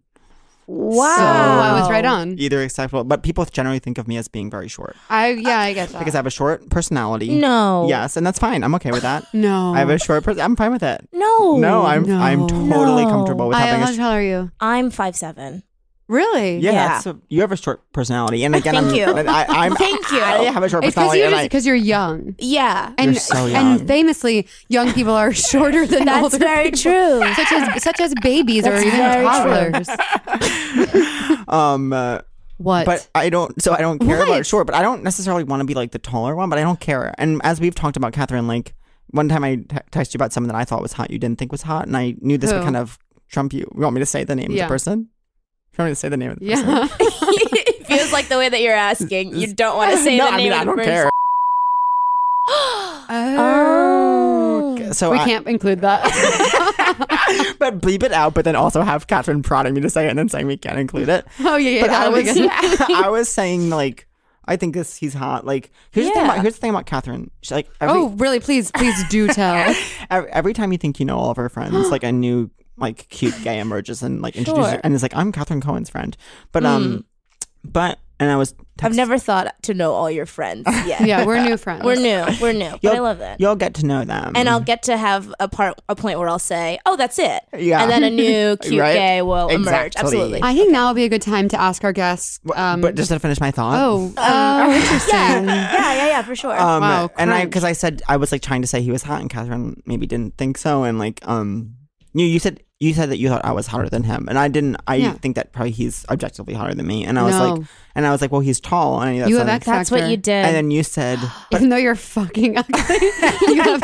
[SPEAKER 2] Wow.
[SPEAKER 4] So oh, I was right on.
[SPEAKER 5] Either acceptable, but people generally think of me as being very short
[SPEAKER 4] I yeah, I get that.
[SPEAKER 5] because I have a short personality.
[SPEAKER 2] No.
[SPEAKER 5] Yes, and that's fine. I'm okay with that.
[SPEAKER 4] no,
[SPEAKER 5] I have a short person. I'm fine with it.
[SPEAKER 2] No.
[SPEAKER 5] no, I'm I'm
[SPEAKER 4] Oh. no.
[SPEAKER 5] totally
[SPEAKER 2] No.
[SPEAKER 5] comfortable with
[SPEAKER 4] I,
[SPEAKER 5] having a
[SPEAKER 4] how tall are you?
[SPEAKER 2] I'm five seven.
[SPEAKER 4] Really?
[SPEAKER 5] Yeah,
[SPEAKER 2] Yeah.
[SPEAKER 5] that's a- you have a short personality, and again,
[SPEAKER 2] Thank
[SPEAKER 5] I'm,
[SPEAKER 2] you.
[SPEAKER 5] I, I'm,
[SPEAKER 2] Thank you.
[SPEAKER 5] I have a short
[SPEAKER 4] It's because
[SPEAKER 5] personality,
[SPEAKER 4] you're,
[SPEAKER 5] and
[SPEAKER 4] just-
[SPEAKER 5] I,
[SPEAKER 4] 'cause you're young.
[SPEAKER 2] Yeah.
[SPEAKER 4] And,
[SPEAKER 5] You're so young.
[SPEAKER 4] and famously, young people are (laughs) shorter than
[SPEAKER 2] That's
[SPEAKER 4] older
[SPEAKER 2] very
[SPEAKER 4] people,
[SPEAKER 2] true.
[SPEAKER 4] Such as such as babies or
[SPEAKER 2] That's
[SPEAKER 4] even
[SPEAKER 2] very true.
[SPEAKER 4] toddlers.
[SPEAKER 5] um, uh,
[SPEAKER 4] What?
[SPEAKER 5] but I don't. So I don't care
[SPEAKER 4] What?
[SPEAKER 5] about short. But I don't necessarily want to be like the taller one. But I don't care. And as we've talked about, Catherine, like one time I t- texted you about someone that I thought was hot, you didn't think was hot, and I knew this would
[SPEAKER 4] Who?
[SPEAKER 5] kind of trump you. You want me to say the name
[SPEAKER 4] Yeah.
[SPEAKER 5] of the person? You want me to say the name of the person?
[SPEAKER 4] (laughs) yeah.
[SPEAKER 2] (laughs) it feels like the way that you're asking. You
[SPEAKER 5] (laughs)
[SPEAKER 2] don't want to (laughs) say
[SPEAKER 5] no,
[SPEAKER 2] the
[SPEAKER 5] I
[SPEAKER 2] name
[SPEAKER 5] mean, I
[SPEAKER 2] of the
[SPEAKER 5] don't
[SPEAKER 2] person.
[SPEAKER 5] care.
[SPEAKER 4] (laughs) Oh.
[SPEAKER 5] So
[SPEAKER 4] we
[SPEAKER 5] I-
[SPEAKER 4] can't include (laughs) that.
[SPEAKER 5] but bleep it out, but then also have Catherine prodding me to say it and then saying we can't include
[SPEAKER 2] (laughs)
[SPEAKER 5] it.
[SPEAKER 4] oh yeah, yeah.
[SPEAKER 5] but I
[SPEAKER 4] that'll be
[SPEAKER 5] was, (laughs)
[SPEAKER 4] good.
[SPEAKER 5] I was saying like, I think this he's hot. Like here's the thing
[SPEAKER 2] Yeah.
[SPEAKER 5] about here's the thing about Catherine. She's like every,
[SPEAKER 4] (laughs) Oh, really? Please, please do tell.
[SPEAKER 5] every every time you think you know all of her
[SPEAKER 2] (gasps)
[SPEAKER 5] friends, like a new like cute gay emerges and like introduces
[SPEAKER 2] Sure. Hmm.
[SPEAKER 5] her, and is like I'm Catherine Cohen's friend. But um, but and I was
[SPEAKER 2] I've
[SPEAKER 5] text-
[SPEAKER 2] never thought to know all
[SPEAKER 5] (laughs)
[SPEAKER 2] your friends yet.
[SPEAKER 4] (laughs) yeah, we're (laughs) new friends.
[SPEAKER 2] We're new. We're new. But I
[SPEAKER 5] You'll-
[SPEAKER 2] love that.
[SPEAKER 5] You'll get to know them,
[SPEAKER 2] And I'll get to have a part, a point where I'll say, "Oh, that's it,"
[SPEAKER 5] Yeah.
[SPEAKER 2] and then
[SPEAKER 5] (laughs)
[SPEAKER 2] a new cute
[SPEAKER 5] Right?
[SPEAKER 2] gay will emerge.
[SPEAKER 5] Exactly.
[SPEAKER 2] Absolutely.
[SPEAKER 4] I think now would be a good time to ask our guests. Um,
[SPEAKER 5] but just to finish my thought.
[SPEAKER 4] (laughs) oh, oh, interesting.
[SPEAKER 2] yeah, yeah, yeah, for sure.
[SPEAKER 5] Um,
[SPEAKER 4] Wow,
[SPEAKER 5] and I
[SPEAKER 4] crunch.
[SPEAKER 5] because I said I was like trying to say he was hot, and Catherine maybe didn't think so, and like um, you you said you said that you thought I was hotter than him, and I didn't. I
[SPEAKER 4] Yeah.
[SPEAKER 5] think that probably he's objectively hotter than me, and I was
[SPEAKER 4] No.
[SPEAKER 5] like, and I was like, well, he's tall, and that's
[SPEAKER 4] you have
[SPEAKER 5] something-
[SPEAKER 4] X
[SPEAKER 2] that's what
[SPEAKER 4] Factor.
[SPEAKER 2] you did.
[SPEAKER 5] And then you
[SPEAKER 4] (gasps)
[SPEAKER 5] said, but
[SPEAKER 4] Even though you're fucking (laughs)
[SPEAKER 2] (laughs)
[SPEAKER 4] ugly, you have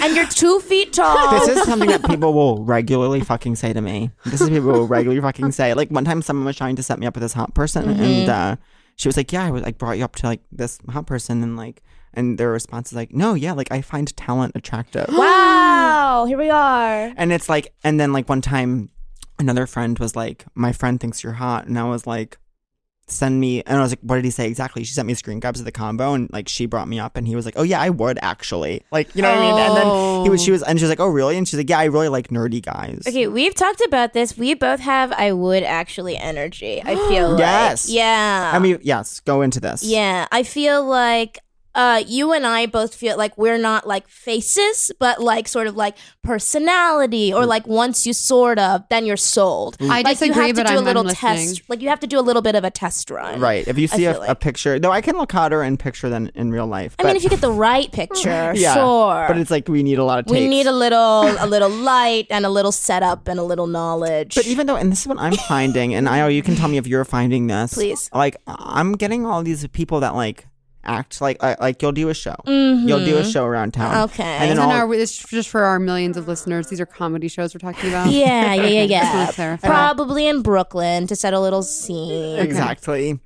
[SPEAKER 2] and you're
[SPEAKER 5] (laughs)
[SPEAKER 2] two feet tall.
[SPEAKER 5] this is something that people will regularly fucking say to me. This is people will regularly fucking say. Like one time, someone was trying to set me up with this hot person,
[SPEAKER 4] Mm-hmm.
[SPEAKER 5] and uh, she was like, "Yeah, I was like brought you up to like this hot person," and like, and their response is like, "No, yeah, like I find talent
[SPEAKER 4] (gasps)
[SPEAKER 5] attractive."
[SPEAKER 2] wow, here we are.
[SPEAKER 5] And it's like, and then like one time, another friend was like, "My friend thinks you're hot," and I was like, "Send me." And I was like, "What did he say exactly?" She sent me screen grabs of the combo, and like she brought me up, and he was like, "Oh yeah, I would actually." Like you know what I mean? And then he was, she was, and she was like, "Oh really?" And she's like, "Yeah, I really like nerdy guys."
[SPEAKER 2] Okay, we've talked about this. We both have I would actually energy. I
[SPEAKER 5] (gasps)
[SPEAKER 2] feel like
[SPEAKER 5] Yes.
[SPEAKER 2] Yeah.
[SPEAKER 5] I mean, yes, go into this.
[SPEAKER 2] Yeah, I feel like uh, you and I both feel like we're not like faces, but like sort of like personality,
[SPEAKER 5] Mm.
[SPEAKER 2] or like once you sort of, then you're sold.
[SPEAKER 4] I
[SPEAKER 2] like
[SPEAKER 4] disagree,
[SPEAKER 2] you have to
[SPEAKER 4] but
[SPEAKER 2] do
[SPEAKER 4] I'm-
[SPEAKER 2] a little
[SPEAKER 4] I'm listening.
[SPEAKER 2] test. Like you have to do a little bit of a test run.
[SPEAKER 5] Right. If you see a,
[SPEAKER 2] feel
[SPEAKER 5] a
[SPEAKER 2] like-
[SPEAKER 5] picture, though, I can look hotter in picture than in real life.
[SPEAKER 2] I
[SPEAKER 5] but-
[SPEAKER 2] mean, if you get the right picture,
[SPEAKER 5] (laughs) yeah,
[SPEAKER 2] sure.
[SPEAKER 5] But it's like we need a lot of. Takes.
[SPEAKER 2] we need a little, a little light, and a little setup, and a little knowledge.
[SPEAKER 5] But even though, and this is what I'm finding, and I you can tell me if you're finding this.
[SPEAKER 2] Please.
[SPEAKER 5] Like, I'm getting all these people that like act like uh, like you'll do a show, you'll do a show around town,
[SPEAKER 2] Mm-hmm. Okay.
[SPEAKER 5] and then
[SPEAKER 4] And
[SPEAKER 5] all,
[SPEAKER 4] our, it's just for our millions of listeners. These are comedy shows we're talking about.
[SPEAKER 2] yeah,
[SPEAKER 5] (laughs)
[SPEAKER 2] yeah, yeah,
[SPEAKER 4] Just wanna
[SPEAKER 2] yeah.
[SPEAKER 4] clarify.
[SPEAKER 2] Probably in Brooklyn to set a little scene.
[SPEAKER 5] exactly.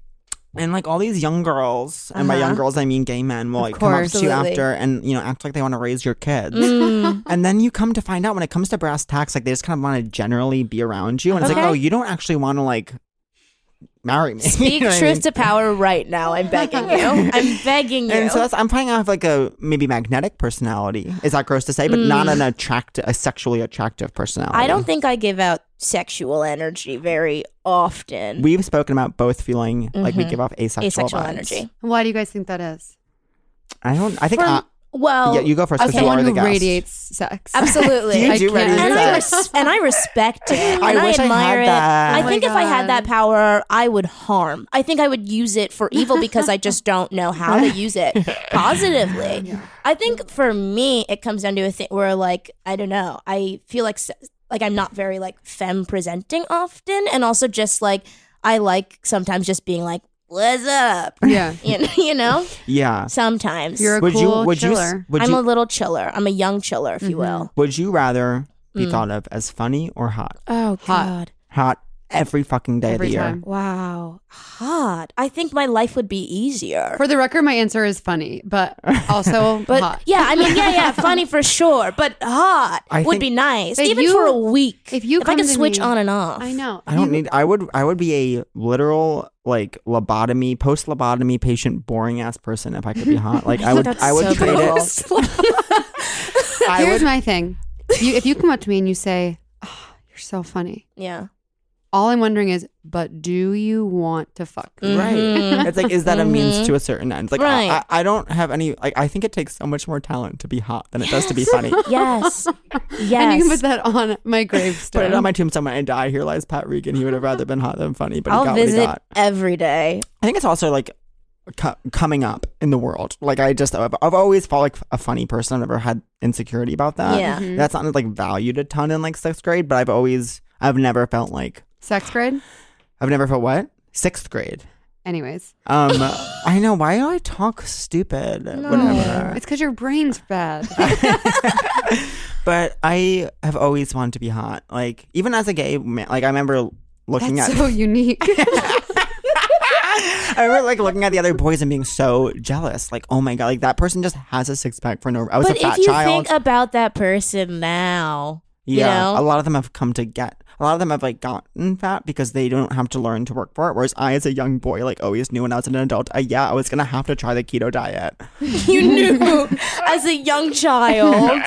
[SPEAKER 5] And like all these young girls, and by young girls I mean gay men, will like come up
[SPEAKER 4] course.
[SPEAKER 5] to you
[SPEAKER 2] Uh-huh. Absolutely. Mm.
[SPEAKER 5] after and you know act like they want to raise your kids, (laughs) and then you come to find out when it comes to brass tacks, like they just kind of want to generally be around you, and it's like,
[SPEAKER 2] Okay.
[SPEAKER 5] oh, you don't actually want to like marry me. (laughs) You
[SPEAKER 2] Speak
[SPEAKER 5] know what I
[SPEAKER 2] truth
[SPEAKER 5] mean?
[SPEAKER 2] to power right now. I'm begging you.
[SPEAKER 5] (laughs)
[SPEAKER 2] I'm begging you.
[SPEAKER 5] And so that's I'm playing off like a maybe magnetic personality. Is that gross to say? But not an attractive, a sexually attractive personality.
[SPEAKER 2] Mm. I don't think I give out sexual energy very often.
[SPEAKER 5] We've spoken about both feeling like we give off asexual,
[SPEAKER 2] Mm-hmm. Asexual
[SPEAKER 5] vibes.
[SPEAKER 2] energy.
[SPEAKER 4] Why do you guys think that is?
[SPEAKER 5] I don't. I think.
[SPEAKER 2] From-
[SPEAKER 5] I,
[SPEAKER 2] well,
[SPEAKER 5] yeah, you go first
[SPEAKER 4] As
[SPEAKER 5] because you
[SPEAKER 4] someone
[SPEAKER 5] are (laughs) the
[SPEAKER 4] who
[SPEAKER 5] guest.
[SPEAKER 4] radiates sex.
[SPEAKER 2] (laughs) absolutely.
[SPEAKER 5] You
[SPEAKER 4] I
[SPEAKER 5] do
[SPEAKER 4] can't-
[SPEAKER 5] radiate
[SPEAKER 2] and I,
[SPEAKER 5] sex.
[SPEAKER 2] res- and I respect it.
[SPEAKER 5] (laughs)
[SPEAKER 2] And
[SPEAKER 5] I
[SPEAKER 2] I,
[SPEAKER 5] wish I had
[SPEAKER 2] admire
[SPEAKER 5] that.
[SPEAKER 2] it.
[SPEAKER 5] Oh
[SPEAKER 2] I
[SPEAKER 4] my
[SPEAKER 2] think if I had that
[SPEAKER 4] God.
[SPEAKER 2] power, I would harm. I think I would use it for
[SPEAKER 4] (laughs)
[SPEAKER 2] evil because I just don't know how to use
[SPEAKER 5] (laughs)
[SPEAKER 2] it positively. I think for me, it comes down to a thing where, like, I don't know. I feel like se- like I'm not very like femme presenting often, and also just like I like sometimes just being like, "What's up?" (laughs)
[SPEAKER 4] (laughs) Yeah.
[SPEAKER 2] You know, you know?
[SPEAKER 5] Yeah.
[SPEAKER 2] sometimes
[SPEAKER 4] You're a
[SPEAKER 5] Would
[SPEAKER 4] cool
[SPEAKER 5] you? Would you?
[SPEAKER 4] chiller.
[SPEAKER 5] s- Would
[SPEAKER 2] I'm
[SPEAKER 5] you?
[SPEAKER 2] a little chiller. I'm a young chiller, if you
[SPEAKER 4] Mm-hmm.
[SPEAKER 2] will.
[SPEAKER 5] would you rather be
[SPEAKER 2] Mm.
[SPEAKER 5] thought of as funny or hot?
[SPEAKER 2] Oh
[SPEAKER 4] God.
[SPEAKER 5] Hot every fucking day
[SPEAKER 4] Every
[SPEAKER 5] of the
[SPEAKER 4] time.
[SPEAKER 5] year.
[SPEAKER 2] Wow. Hot. I think my life would be easier.
[SPEAKER 4] For the record, my answer is funny,
[SPEAKER 5] (laughs)
[SPEAKER 4] but also
[SPEAKER 2] but
[SPEAKER 4] hot.
[SPEAKER 2] yeah, I mean, yeah,
[SPEAKER 4] (laughs)
[SPEAKER 2] yeah, funny for sure. But hot
[SPEAKER 5] I
[SPEAKER 2] would
[SPEAKER 5] think-
[SPEAKER 2] be nice,
[SPEAKER 4] But
[SPEAKER 2] even
[SPEAKER 4] you-
[SPEAKER 2] for a week.
[SPEAKER 4] if you
[SPEAKER 2] if I
[SPEAKER 4] come
[SPEAKER 2] could
[SPEAKER 4] to
[SPEAKER 2] switch
[SPEAKER 4] me-
[SPEAKER 2] on and off.
[SPEAKER 4] I know.
[SPEAKER 5] I don't need. I would. I would be a literal like lobotomy, post lobotomy patient, boring ass person if I could be hot.
[SPEAKER 2] (laughs)
[SPEAKER 5] Like I would. I would
[SPEAKER 2] so
[SPEAKER 5] trade it. I
[SPEAKER 4] Here's
[SPEAKER 5] would,
[SPEAKER 4] my thing. You, if you come up to me and you say, oh, "You're "Ah, so funny,"
[SPEAKER 2] (laughs) Yeah.
[SPEAKER 4] all I'm wondering is, but do you want to fuck?
[SPEAKER 5] Right.
[SPEAKER 2] Mhm.
[SPEAKER 5] It's like, is that a means to a certain end? Like, I-
[SPEAKER 2] Right.
[SPEAKER 5] I, I don't have any. Like, I think it takes so much more talent to be hot than it does to be
[SPEAKER 2] (laughs)
[SPEAKER 5] funny.
[SPEAKER 2] Yes.
[SPEAKER 4] (laughs)
[SPEAKER 2] Yes.
[SPEAKER 4] And you can put that on
[SPEAKER 5] (laughs)
[SPEAKER 4] my
[SPEAKER 5] Put
[SPEAKER 4] gravestone.
[SPEAKER 5] it on my tombstone when I die. Here lies Pat Regan. He would have rather been hot than funny, but he
[SPEAKER 2] I'll
[SPEAKER 5] got what he
[SPEAKER 2] visit
[SPEAKER 5] got.
[SPEAKER 2] every day.
[SPEAKER 5] I think it's also like co- coming up in the world. Like I just, I've, I've always felt like a funny person. I've never had insecurity about that.
[SPEAKER 2] Yeah.
[SPEAKER 4] Mhm.
[SPEAKER 5] That's not like valued a ton in like sixth grade, but I've always, I've never felt like,
[SPEAKER 4] Sex grade?
[SPEAKER 5] I've never felt what? Sixth grade.
[SPEAKER 4] Anyways,
[SPEAKER 2] (laughs)
[SPEAKER 5] Um, I know. Why do I talk stupid? Whatever.
[SPEAKER 4] it's because your brain's
[SPEAKER 5] (laughs)
[SPEAKER 4] bad.
[SPEAKER 5] But I have always wanted to be hot. Like even as a gay man, like I remember looking
[SPEAKER 4] That's
[SPEAKER 5] at
[SPEAKER 4] so unique.
[SPEAKER 5] (laughs) I remember
[SPEAKER 2] (laughs)
[SPEAKER 5] like looking at the other boys and being so jealous. Like, oh my god, like that person just has a six pack for no. I was
[SPEAKER 2] But
[SPEAKER 5] a fat
[SPEAKER 2] if you
[SPEAKER 5] child.
[SPEAKER 2] think about that person now, you
[SPEAKER 5] yeah,
[SPEAKER 2] (laughs) know?
[SPEAKER 5] a lot of them have come to get. A lot of them have like gotten fat because they don't have to learn to work for it. Whereas I, as a young boy, like always knew when I was an adult, uh, yeah, I was gonna have to try the keto diet.
[SPEAKER 2] you knew as a young child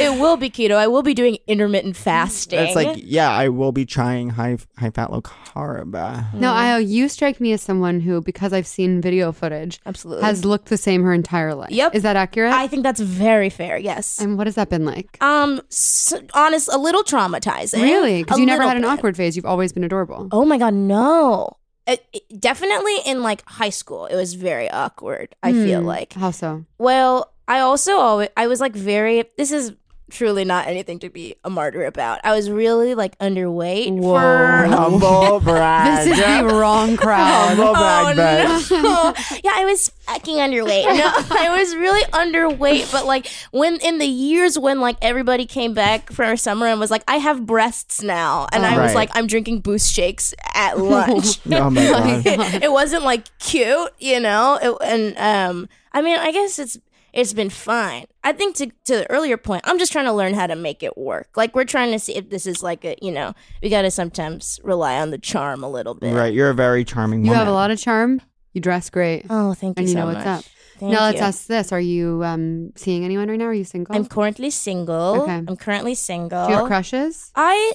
[SPEAKER 2] it will be keto. I will be doing intermittent fasting.
[SPEAKER 5] It's like, yeah, I will be trying high high fat low
[SPEAKER 2] (laughs)
[SPEAKER 5] carb. Uh,
[SPEAKER 4] (laughs) no, Io, you strike me as someone who, because I've seen video footage,
[SPEAKER 2] absolutely.
[SPEAKER 4] has looked the same her entire life.
[SPEAKER 2] Yep.
[SPEAKER 4] Is that accurate?
[SPEAKER 2] I think that's very fair. Yes.
[SPEAKER 4] and what has that been like?
[SPEAKER 2] um, s honest, a little traumatizing.
[SPEAKER 4] Really? Because you
[SPEAKER 2] A
[SPEAKER 4] never
[SPEAKER 2] little
[SPEAKER 4] had an
[SPEAKER 2] bit.
[SPEAKER 4] awkward phase. You've always been adorable.
[SPEAKER 2] Oh my god, no. It- it- definitely in like high school, it was very awkward. I feel
[SPEAKER 4] Hmm.
[SPEAKER 2] like.
[SPEAKER 4] How so?
[SPEAKER 2] Well, I also always I was like very this is truly not anything to be a martyr about. I was really like underweight
[SPEAKER 4] Whoa.
[SPEAKER 2] for
[SPEAKER 5] humble brag.
[SPEAKER 2] (laughs)
[SPEAKER 4] This is the wrong
[SPEAKER 5] (laughs)
[SPEAKER 4] crowd.
[SPEAKER 5] humble brag, bitch.
[SPEAKER 2] Oh, no. (laughs) yeah, I was fucking underweight. No, (laughs) I was really underweight. But like when in the years when like everybody came back for our summer and was like, I have breasts now, and I was
[SPEAKER 5] Right.
[SPEAKER 2] like, I'm drinking boost shakes at lunch.
[SPEAKER 5] (laughs)
[SPEAKER 2] (laughs)
[SPEAKER 5] Oh my god.
[SPEAKER 2] it, it wasn't like cute, you know. It, and um, I mean, I guess it's it's been fine. I think to to the earlier point, I'm just trying to learn how to make it work. Like we're trying to see if this is like a you know we got to sometimes rely on the charm a little bit.
[SPEAKER 5] Right, you're a very charming
[SPEAKER 4] you
[SPEAKER 5] woman.
[SPEAKER 4] have a lot of charm. You dress great.
[SPEAKER 2] Oh, thank you
[SPEAKER 4] and you
[SPEAKER 2] so
[SPEAKER 4] know
[SPEAKER 2] much.
[SPEAKER 4] what's up.
[SPEAKER 2] Thank
[SPEAKER 4] now let's
[SPEAKER 2] you.
[SPEAKER 4] ask this. Are you um, seeing anyone right now? Are you single?
[SPEAKER 2] I'm currently single.
[SPEAKER 4] Okay.
[SPEAKER 2] I'm currently single.
[SPEAKER 4] Do you have crushes?
[SPEAKER 2] I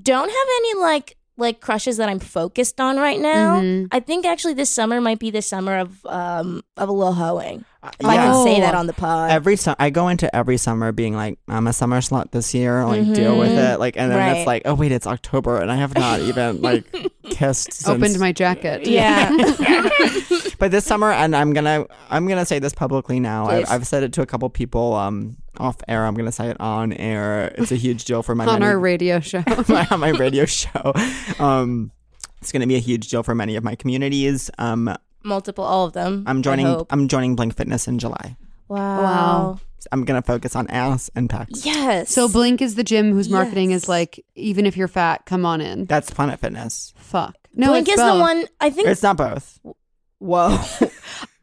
[SPEAKER 2] don't have any like like crushes that I'm focused on right now.
[SPEAKER 4] Mhm.
[SPEAKER 2] I think actually this summer might be the summer of um of a little hoeing.
[SPEAKER 5] Uh,
[SPEAKER 2] If I can say
[SPEAKER 4] Oh.
[SPEAKER 2] that on the
[SPEAKER 4] (laughs)
[SPEAKER 2] pod.
[SPEAKER 5] every summer I go into every summer being like I'm a summer slut this year like
[SPEAKER 4] Mm-hmm.
[SPEAKER 5] deal with
[SPEAKER 2] Mhm.
[SPEAKER 5] it like and then
[SPEAKER 2] Right.
[SPEAKER 5] it's like oh wait it's October and I have not
[SPEAKER 4] (laughs)
[SPEAKER 5] even like kissed since.
[SPEAKER 4] Opened my jacket.
[SPEAKER 2] yeah.
[SPEAKER 4] (laughs)
[SPEAKER 5] but this summer and I'm gonna I'm gonna say this publicly now
[SPEAKER 2] Please.
[SPEAKER 5] I've, I've said it to a couple people um off air I'm gonna say it on air it's a huge deal for my
[SPEAKER 4] (laughs) on
[SPEAKER 5] many-
[SPEAKER 4] our radio
[SPEAKER 2] (laughs)
[SPEAKER 4] show.
[SPEAKER 5] (laughs) my, on my radio show um it's gonna be a huge deal for many of my communities um
[SPEAKER 2] (laughs) Multiple all of them.
[SPEAKER 5] I'm
[SPEAKER 2] I
[SPEAKER 5] joining
[SPEAKER 2] hope.
[SPEAKER 5] I'm joining Blink Fitness in July
[SPEAKER 2] Wow.
[SPEAKER 4] Wow.
[SPEAKER 5] I'm gonna focus on ass and pecs
[SPEAKER 2] Yes.
[SPEAKER 4] so Blink is the gym whose marketing
[SPEAKER 2] Yes.
[SPEAKER 4] is like, even if you're fat, come on in.
[SPEAKER 5] that's Planet Fitness
[SPEAKER 4] Fuck. No,
[SPEAKER 2] Blink
[SPEAKER 4] it's
[SPEAKER 2] is
[SPEAKER 4] both.
[SPEAKER 2] the one I think
[SPEAKER 5] it's not both
[SPEAKER 2] Whoa. (laughs)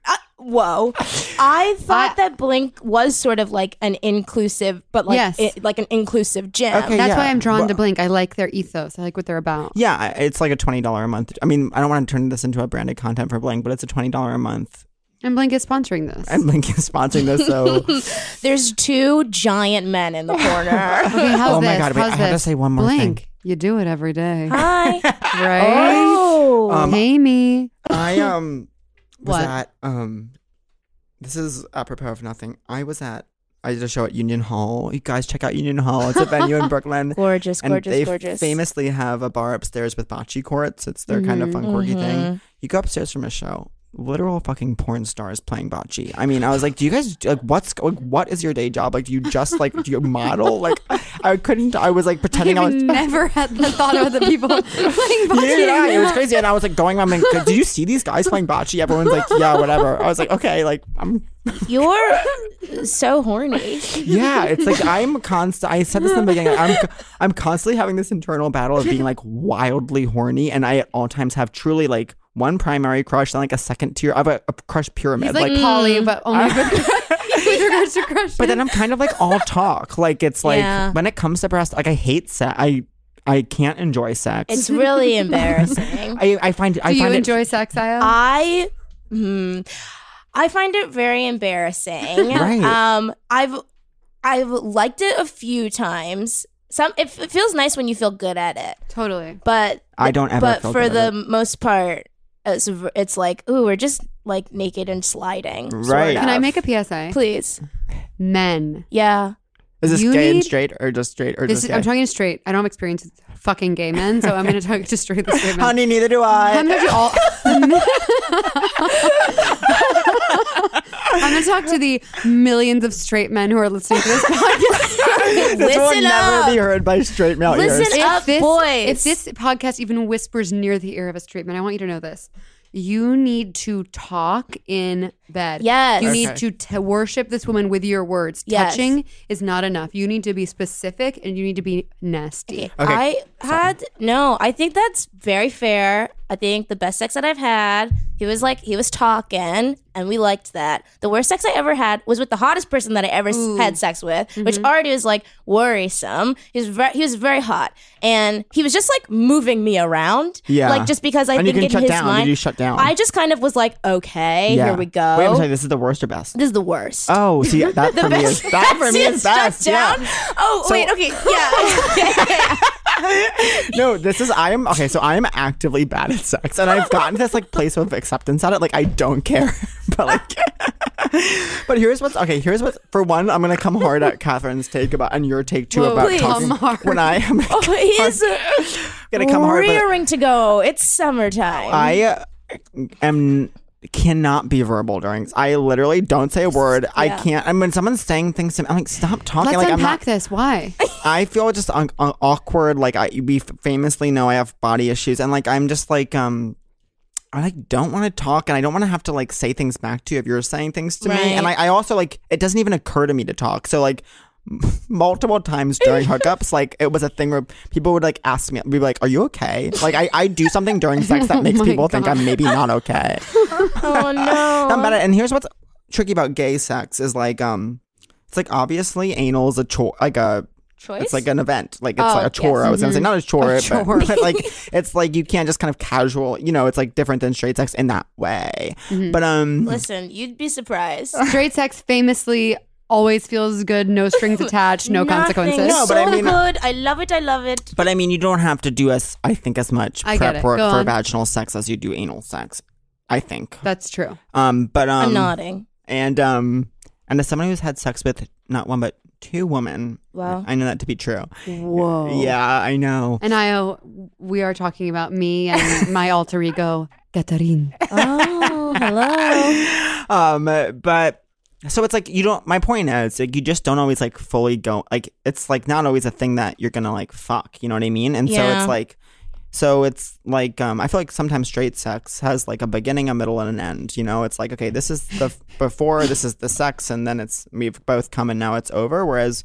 [SPEAKER 2] Uh, Whoa! I thought
[SPEAKER 4] I-
[SPEAKER 2] that Blink was sort of like an inclusive, but like
[SPEAKER 4] Yes.
[SPEAKER 2] i- like an inclusive gym.
[SPEAKER 5] Okay.
[SPEAKER 4] That's why
[SPEAKER 5] Yeah.
[SPEAKER 4] I'm drawn to
[SPEAKER 5] Well-
[SPEAKER 4] Blink. I like their ethos. I like what they're about.
[SPEAKER 5] Yeah, I- it's like a twenty dollar a month. I mean, I don't want to turn this into a branded content for Blink, but it's a twenty dollar a month,
[SPEAKER 4] And Blink is sponsoring this.
[SPEAKER 5] and Blink is sponsoring this. So,
[SPEAKER 2] There's two giant men in the corner.
[SPEAKER 4] okay, (laughs) how's
[SPEAKER 5] oh my
[SPEAKER 4] this?
[SPEAKER 5] god, wait, I
[SPEAKER 4] how's
[SPEAKER 5] have to
[SPEAKER 4] this?
[SPEAKER 5] say one more
[SPEAKER 4] Blink,
[SPEAKER 5] thing.
[SPEAKER 4] you do it every (laughs) day,
[SPEAKER 2] Hi.
[SPEAKER 4] right?
[SPEAKER 2] Oh.
[SPEAKER 5] Um,
[SPEAKER 4] hey, me.
[SPEAKER 5] I
[SPEAKER 4] (laughs)
[SPEAKER 5] um was
[SPEAKER 4] What?
[SPEAKER 5] at um, this is apropos of nothing. I was at I did a show at Union Hall. You guys check out Union Hall. It's a venue
[SPEAKER 4] (laughs)
[SPEAKER 5] in Brooklyn.
[SPEAKER 2] gorgeous,
[SPEAKER 5] And
[SPEAKER 2] gorgeous,
[SPEAKER 5] they
[SPEAKER 2] gorgeous.
[SPEAKER 5] famously have a bar upstairs with bocce courts. It's their kind of
[SPEAKER 2] Mm-hmm,
[SPEAKER 5] fun, quirky thing. You go upstairs from a show, literal fucking porn stars playing bocce. I mean, I was like, do you guys like what's like what is your day job? Like, do you just like do you model? Like, I couldn't. I was like pretending I
[SPEAKER 4] I've
[SPEAKER 5] was.
[SPEAKER 4] (laughs) never had the thought of the (laughs) people playing bocce.
[SPEAKER 5] (laughs) Yeah,
[SPEAKER 2] (laughs)
[SPEAKER 5] it was crazy, and I was like going around. Like, do you see these guys playing bocce? Everyone's like, yeah, whatever. I was like, okay, like I'm
[SPEAKER 2] You're so horny.
[SPEAKER 5] Yeah, it's
[SPEAKER 4] (laughs)
[SPEAKER 5] like I'm constant. I said this in the beginning. I'm I'm constantly having this internal battle of being like wildly horny, and I at all times have truly like one primary crush, then like a second tier. I have a, a crush pyramid.
[SPEAKER 4] He's like, Polly, (laughs) but only with, with regards to crushing.
[SPEAKER 5] but then I'm kind of like all talk. Like it's like
[SPEAKER 2] Yeah.
[SPEAKER 5] when it comes to breast, like I hate sex. I I can't enjoy sex.
[SPEAKER 2] It's really embarrassing.
[SPEAKER 5] I I find I
[SPEAKER 4] do you
[SPEAKER 5] find
[SPEAKER 4] enjoy sex, Io?
[SPEAKER 2] I hmm, I find it very embarrassing.
[SPEAKER 5] Right.
[SPEAKER 2] Um I've I've liked it a few times. some it, it feels nice when you feel good at it,
[SPEAKER 4] Totally.
[SPEAKER 2] but
[SPEAKER 5] I don't ever
[SPEAKER 2] but
[SPEAKER 5] feel
[SPEAKER 2] for
[SPEAKER 5] good
[SPEAKER 2] the
[SPEAKER 5] at
[SPEAKER 2] most part, it's, it's like ooh, we're just like naked and sliding. sort
[SPEAKER 5] Right.
[SPEAKER 4] Can I
[SPEAKER 2] of.
[SPEAKER 4] make a PSA?
[SPEAKER 2] please?
[SPEAKER 4] Men.
[SPEAKER 2] Yeah,
[SPEAKER 5] Is this
[SPEAKER 4] you
[SPEAKER 5] gay and
[SPEAKER 4] need-
[SPEAKER 5] straight or just straight or
[SPEAKER 4] This
[SPEAKER 5] just
[SPEAKER 4] is,
[SPEAKER 5] gay?
[SPEAKER 4] I'm talking to straight. I don't have experience with fucking gay men, so I'm going to talk to straight the straight men.
[SPEAKER 3] Honey, neither do I.
[SPEAKER 4] I'm gonna do (laughs) all. I'm gonna talk to the millions of straight men who are listening to this (laughs)
[SPEAKER 5] (laughs)
[SPEAKER 4] podcast.
[SPEAKER 5] (laughs) this will
[SPEAKER 2] Listen
[SPEAKER 5] never
[SPEAKER 2] up.
[SPEAKER 5] be heard by straight male
[SPEAKER 2] Listen
[SPEAKER 5] ears.
[SPEAKER 2] Up,
[SPEAKER 4] this,
[SPEAKER 2] boys.
[SPEAKER 4] if this podcast even whispers near the ear of a straight man, I want you to know this. You need to talk in bed.
[SPEAKER 2] Yes.
[SPEAKER 4] You
[SPEAKER 2] Okay.
[SPEAKER 4] need to t- worship this woman with your words.
[SPEAKER 2] Yes.
[SPEAKER 4] Touching is not enough. You need to be specific and you need to be nasty.
[SPEAKER 2] I had no. I think that's very fair. I think the best sex that I've had, he was like he was talking, and we liked that. The worst sex I ever had was with the hottest person that I ever s had sex with,
[SPEAKER 5] Mm-hmm.
[SPEAKER 2] which already was like worrisome. He was very, he was very hot, and he was just like moving me around,
[SPEAKER 5] Yeah.
[SPEAKER 2] like just because I
[SPEAKER 5] And you
[SPEAKER 2] think
[SPEAKER 5] can
[SPEAKER 2] in
[SPEAKER 5] shut
[SPEAKER 2] his
[SPEAKER 5] down. Did
[SPEAKER 2] mind,
[SPEAKER 5] you shut down?
[SPEAKER 2] I just kind of was like, okay,
[SPEAKER 5] Yeah.
[SPEAKER 2] here we go.
[SPEAKER 5] Wait, I'm sorry. This is the worst or best?
[SPEAKER 2] this is the worst.
[SPEAKER 5] Oh, see that for me is that Oh,
[SPEAKER 2] (laughs)
[SPEAKER 5] for me
[SPEAKER 2] Yes,
[SPEAKER 5] is
[SPEAKER 2] shut
[SPEAKER 5] best.
[SPEAKER 2] down.
[SPEAKER 5] Yeah.
[SPEAKER 2] Oh
[SPEAKER 5] So-
[SPEAKER 2] wait, okay, yeah.
[SPEAKER 5] (laughs)
[SPEAKER 2] (laughs)
[SPEAKER 5] No, this is I am okay. So I am actively bad at sex, and I've gotten to this like place of acceptance at it. Like I don't care, (laughs) but like, but here's what's okay. Here's what's for one. I'm gonna come hard at Catherine's take about and your take too
[SPEAKER 4] Whoa,
[SPEAKER 5] about
[SPEAKER 4] please.
[SPEAKER 5] talking
[SPEAKER 4] Come hard.
[SPEAKER 5] when I am
[SPEAKER 2] oh, he is.
[SPEAKER 5] (laughs) gonna come hard. But
[SPEAKER 2] rearing to go. It's summertime.
[SPEAKER 5] I uh, am cannot be verbal during. I literally don't say a word. I can't. I mean, when someone's saying things to me, I'm like, stop talking.
[SPEAKER 4] Let's
[SPEAKER 5] like I'm
[SPEAKER 4] unpack
[SPEAKER 5] not.
[SPEAKER 4] this. Why?
[SPEAKER 5] I feel just un- un- awkward. Like I, we f- famously know I have body issues, and like I'm just like um, I like don't want to talk, and I don't want to have to like say things back to you if you're saying things to me, and I,
[SPEAKER 2] Right.
[SPEAKER 5] I also like it doesn't even occur to me to talk. So like. (laughs) m- Multiple times during hookups, like it was a thing where people would like ask me, be like, "Are you okay?" Like I, I do something during sex that makes people think I'm maybe not okay. (laughs)
[SPEAKER 2] oh no.
[SPEAKER 5] I'm bad at- and here's what's tricky about gay sex is like, um, it's like obviously anal is a chore, like a
[SPEAKER 2] Choice?
[SPEAKER 5] it's like an event. Like it's
[SPEAKER 4] Oh,
[SPEAKER 5] like a chore. I was
[SPEAKER 4] Mm-hmm.
[SPEAKER 5] gonna say not a chore, but- (laughs)
[SPEAKER 4] chore.
[SPEAKER 5] But, like it's like you can't just kind of casual. You know, it's like different than straight sex in that way.
[SPEAKER 4] Mm-hmm.
[SPEAKER 5] But um,
[SPEAKER 2] Listen, you'd be surprised.
[SPEAKER 4] Straight sex famously always feels good, no
[SPEAKER 2] (laughs)
[SPEAKER 4] strings attached, no
[SPEAKER 2] Nothing
[SPEAKER 4] consequences.
[SPEAKER 2] is
[SPEAKER 5] No, but
[SPEAKER 2] so
[SPEAKER 5] I mean-
[SPEAKER 2] good. I love it. I love it.
[SPEAKER 5] but I mean, you don't have to do as I think as much
[SPEAKER 4] I get
[SPEAKER 5] prep
[SPEAKER 4] it.
[SPEAKER 5] work
[SPEAKER 4] Go
[SPEAKER 5] for
[SPEAKER 4] on.
[SPEAKER 5] vaginal sex as you do anal sex. I think.
[SPEAKER 4] That's true.
[SPEAKER 5] Um, but um, (laughs)
[SPEAKER 2] I'm nodding.
[SPEAKER 5] and um, and as someone who's had sex with not one but two women,
[SPEAKER 2] Wow.
[SPEAKER 5] I know that to be true.
[SPEAKER 4] Whoa.
[SPEAKER 5] Yeah, I know.
[SPEAKER 4] And I, uh, we are talking about me and my alter ego, Katarine.
[SPEAKER 2] (laughs) Oh, hello.
[SPEAKER 5] um but so it's like you don't my point is like you just don't always like fully go like it's like not always a thing that you're gonna like fuck you know what i mean and so
[SPEAKER 2] Yeah.
[SPEAKER 5] it's like so it's like um i feel like sometimes straight sex has like a beginning a middle and an end you know it's like okay this is
[SPEAKER 2] (laughs)
[SPEAKER 5] the before this is the sex and then it's we've both come and now it's over whereas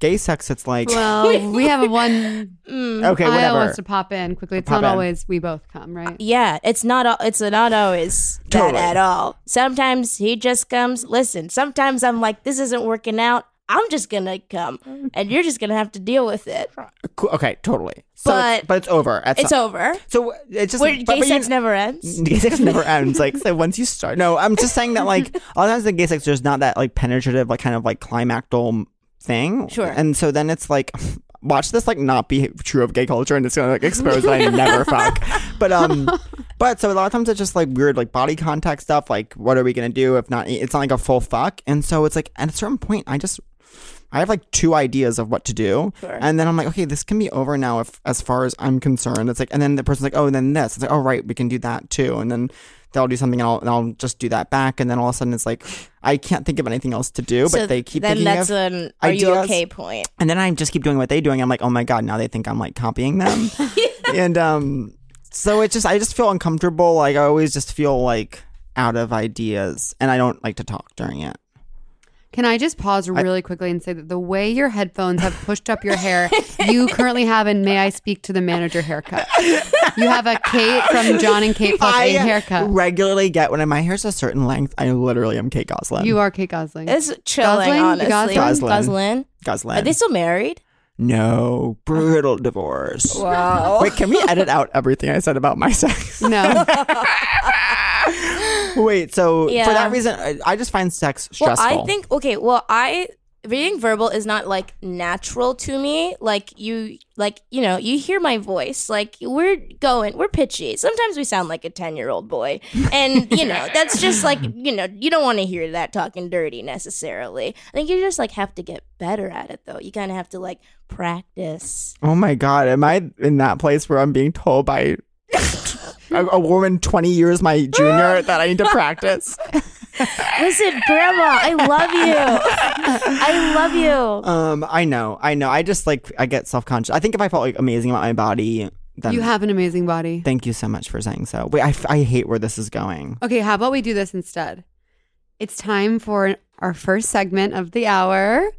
[SPEAKER 5] gay sex it's like
[SPEAKER 4] Well, we have a one.
[SPEAKER 2] um,
[SPEAKER 5] okay
[SPEAKER 4] I
[SPEAKER 5] whatever
[SPEAKER 4] wants to pop in quickly. It's
[SPEAKER 5] Pop
[SPEAKER 4] not
[SPEAKER 5] in.
[SPEAKER 4] always we both come, right?
[SPEAKER 2] Yeah, it's not. al- It's not always that
[SPEAKER 5] Totally.
[SPEAKER 2] at all. Sometimes he just comes. Listen, sometimes I'm like, this isn't working out. I'm just gonna come, and you're just gonna have to deal with it.
[SPEAKER 5] Cool, okay totally so it's,
[SPEAKER 2] But-
[SPEAKER 5] but it's over at
[SPEAKER 2] It's
[SPEAKER 5] some-
[SPEAKER 2] over.
[SPEAKER 5] so uh, it's just
[SPEAKER 2] Where
[SPEAKER 5] but-
[SPEAKER 2] gay
[SPEAKER 5] but you-
[SPEAKER 2] sex never ends.
[SPEAKER 5] (laughs) gay sex never ends. Like so, once you start, no, I'm just saying that like a lot of times in gay sex, there's not that like penetrative, like kind of like climactal thing.
[SPEAKER 2] Sure.
[SPEAKER 5] And so then it's like, watch this like not be true of gay culture, and it's gonna like expose that I never fuck. But um, but so a lot of times it's just like weird like body contact stuff. Like, what are we gonna do if not? It's not like a full fuck. And so it's like at a certain point, I just I have like two ideas of what to do, and then I'm like, okay, this can be over now. If as far as I'm concerned, it's like, and then the person's like, oh, and then this. It's like, oh, right, we can do that too, and then they'll do something, and I'll, and I'll just do that back, and then all of a sudden it's like, I can't think of anything else to do, but they keep
[SPEAKER 2] then
[SPEAKER 5] thinking
[SPEAKER 2] that's
[SPEAKER 5] of,
[SPEAKER 2] an are you
[SPEAKER 5] ideas.
[SPEAKER 2] okay point.
[SPEAKER 5] and then I just keep doing what they're doing. I'm like, oh my god, now they think I'm like copying
[SPEAKER 2] (laughs)
[SPEAKER 5] them, and um, so it just I just feel uncomfortable. Like I always just feel like out of ideas, and I don't like to talk during it.
[SPEAKER 4] Can I just pause really quickly and say that the way your headphones have pushed up
[SPEAKER 5] (laughs)
[SPEAKER 4] your hair, you currently have an "May I speak to the manager" haircut. You have a Kate from John and Kate plus
[SPEAKER 5] I
[SPEAKER 4] eight haircut.
[SPEAKER 5] regularly get when my hair's a certain length. I literally am Kate Goslin.
[SPEAKER 4] You are Kate Gosling.
[SPEAKER 2] It's chilling,
[SPEAKER 4] Gosling?
[SPEAKER 2] honestly.
[SPEAKER 4] Gosling?
[SPEAKER 5] Gosling.
[SPEAKER 2] Gosling.
[SPEAKER 5] Goslin.
[SPEAKER 2] Are they still married?
[SPEAKER 5] no brutal divorce.
[SPEAKER 2] Wow.
[SPEAKER 5] Wait, can we edit out everything I said about my sex? (laughs)
[SPEAKER 4] no,
[SPEAKER 5] Wait, so for
[SPEAKER 2] Yeah.
[SPEAKER 5] that reason, I, I just find sex
[SPEAKER 2] Well,
[SPEAKER 5] stressful.
[SPEAKER 2] I think okay. Well, I reading verbal is not like natural to me. Like you, like you know, you hear my voice. Like we're going, we're pitchy. Sometimes we sound like a ten-year-old boy, and you know that's just like you know you don't want to hear that talking dirty necessarily. I think you just like have to get better at it though. You kind of have to like practice.
[SPEAKER 5] Oh my god, am I in that place where I'm being told by (laughs) a, a woman 20 years my
[SPEAKER 4] (laughs)
[SPEAKER 5] junior that I need to practice?
[SPEAKER 2] Listen, Grandma, I love you. I love you.
[SPEAKER 5] Um, I know, I know. I just like I get self conscious. I think if I felt like amazing about my body, then
[SPEAKER 4] You have an amazing body.
[SPEAKER 5] Thank you so much for saying so. Wait, I, f- I hate where this is going.
[SPEAKER 4] Okay, how about we do this instead? It's time for our first segment of the hour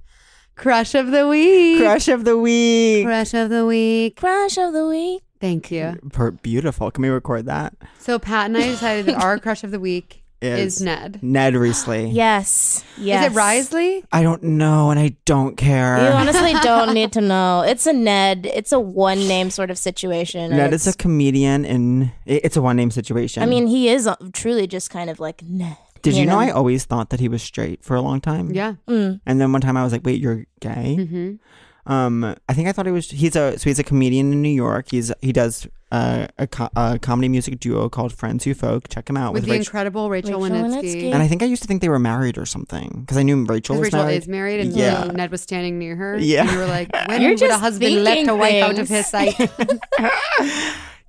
[SPEAKER 4] Crush of the Week.
[SPEAKER 5] Crush of the week.
[SPEAKER 4] Crush of the Week.
[SPEAKER 2] Crush of the week.
[SPEAKER 4] Thank you.
[SPEAKER 5] Per- beautiful. Can we record that?
[SPEAKER 4] So, Pat and I decided that our crush of the week
[SPEAKER 5] (laughs) Is-
[SPEAKER 4] is, Ned.
[SPEAKER 5] Ned
[SPEAKER 4] (gasps)
[SPEAKER 5] Reesley.
[SPEAKER 2] Yes. Yes.
[SPEAKER 4] Is it Risley?
[SPEAKER 5] I don't know, and I don't care.
[SPEAKER 4] (laughs)
[SPEAKER 2] You honestly don't need to know. It's a Ned. It's a one name sort of situation. and
[SPEAKER 5] Ned is a
[SPEAKER 2] it's-
[SPEAKER 5] comedian, and it- it's a one name situation.
[SPEAKER 2] I mean, he is uh, truly just kind of like Ned.
[SPEAKER 5] did you know I
[SPEAKER 2] know?
[SPEAKER 5] always thought that he was straight for a long time?
[SPEAKER 4] Yeah.
[SPEAKER 2] Mm.
[SPEAKER 5] And then one time I was like, wait, you're gay?
[SPEAKER 4] hmm
[SPEAKER 5] Um, I think I thought he was. He's a so he's a comedian in New York. He's he does uh, a, co- a comedy music duo called Friends Who Folk. Check him out
[SPEAKER 4] With
[SPEAKER 5] with,
[SPEAKER 4] the
[SPEAKER 5] Rachel.
[SPEAKER 4] incredible Rachel,
[SPEAKER 2] Rachel
[SPEAKER 4] Winitsky.
[SPEAKER 2] Winitsky.
[SPEAKER 5] and I think I used to think they were married or something because I knew Rachel
[SPEAKER 4] Because
[SPEAKER 5] was
[SPEAKER 4] Rachel
[SPEAKER 5] married.
[SPEAKER 4] is married, and
[SPEAKER 5] Yeah.
[SPEAKER 4] when Ned was standing near her.
[SPEAKER 5] Yeah.
[SPEAKER 4] and you were
[SPEAKER 2] (laughs)
[SPEAKER 4] like, "When
[SPEAKER 2] You're
[SPEAKER 4] would a
[SPEAKER 2] just
[SPEAKER 4] husband let
[SPEAKER 2] thinking
[SPEAKER 4] a wife out of
[SPEAKER 2] things.
[SPEAKER 4] his sight?"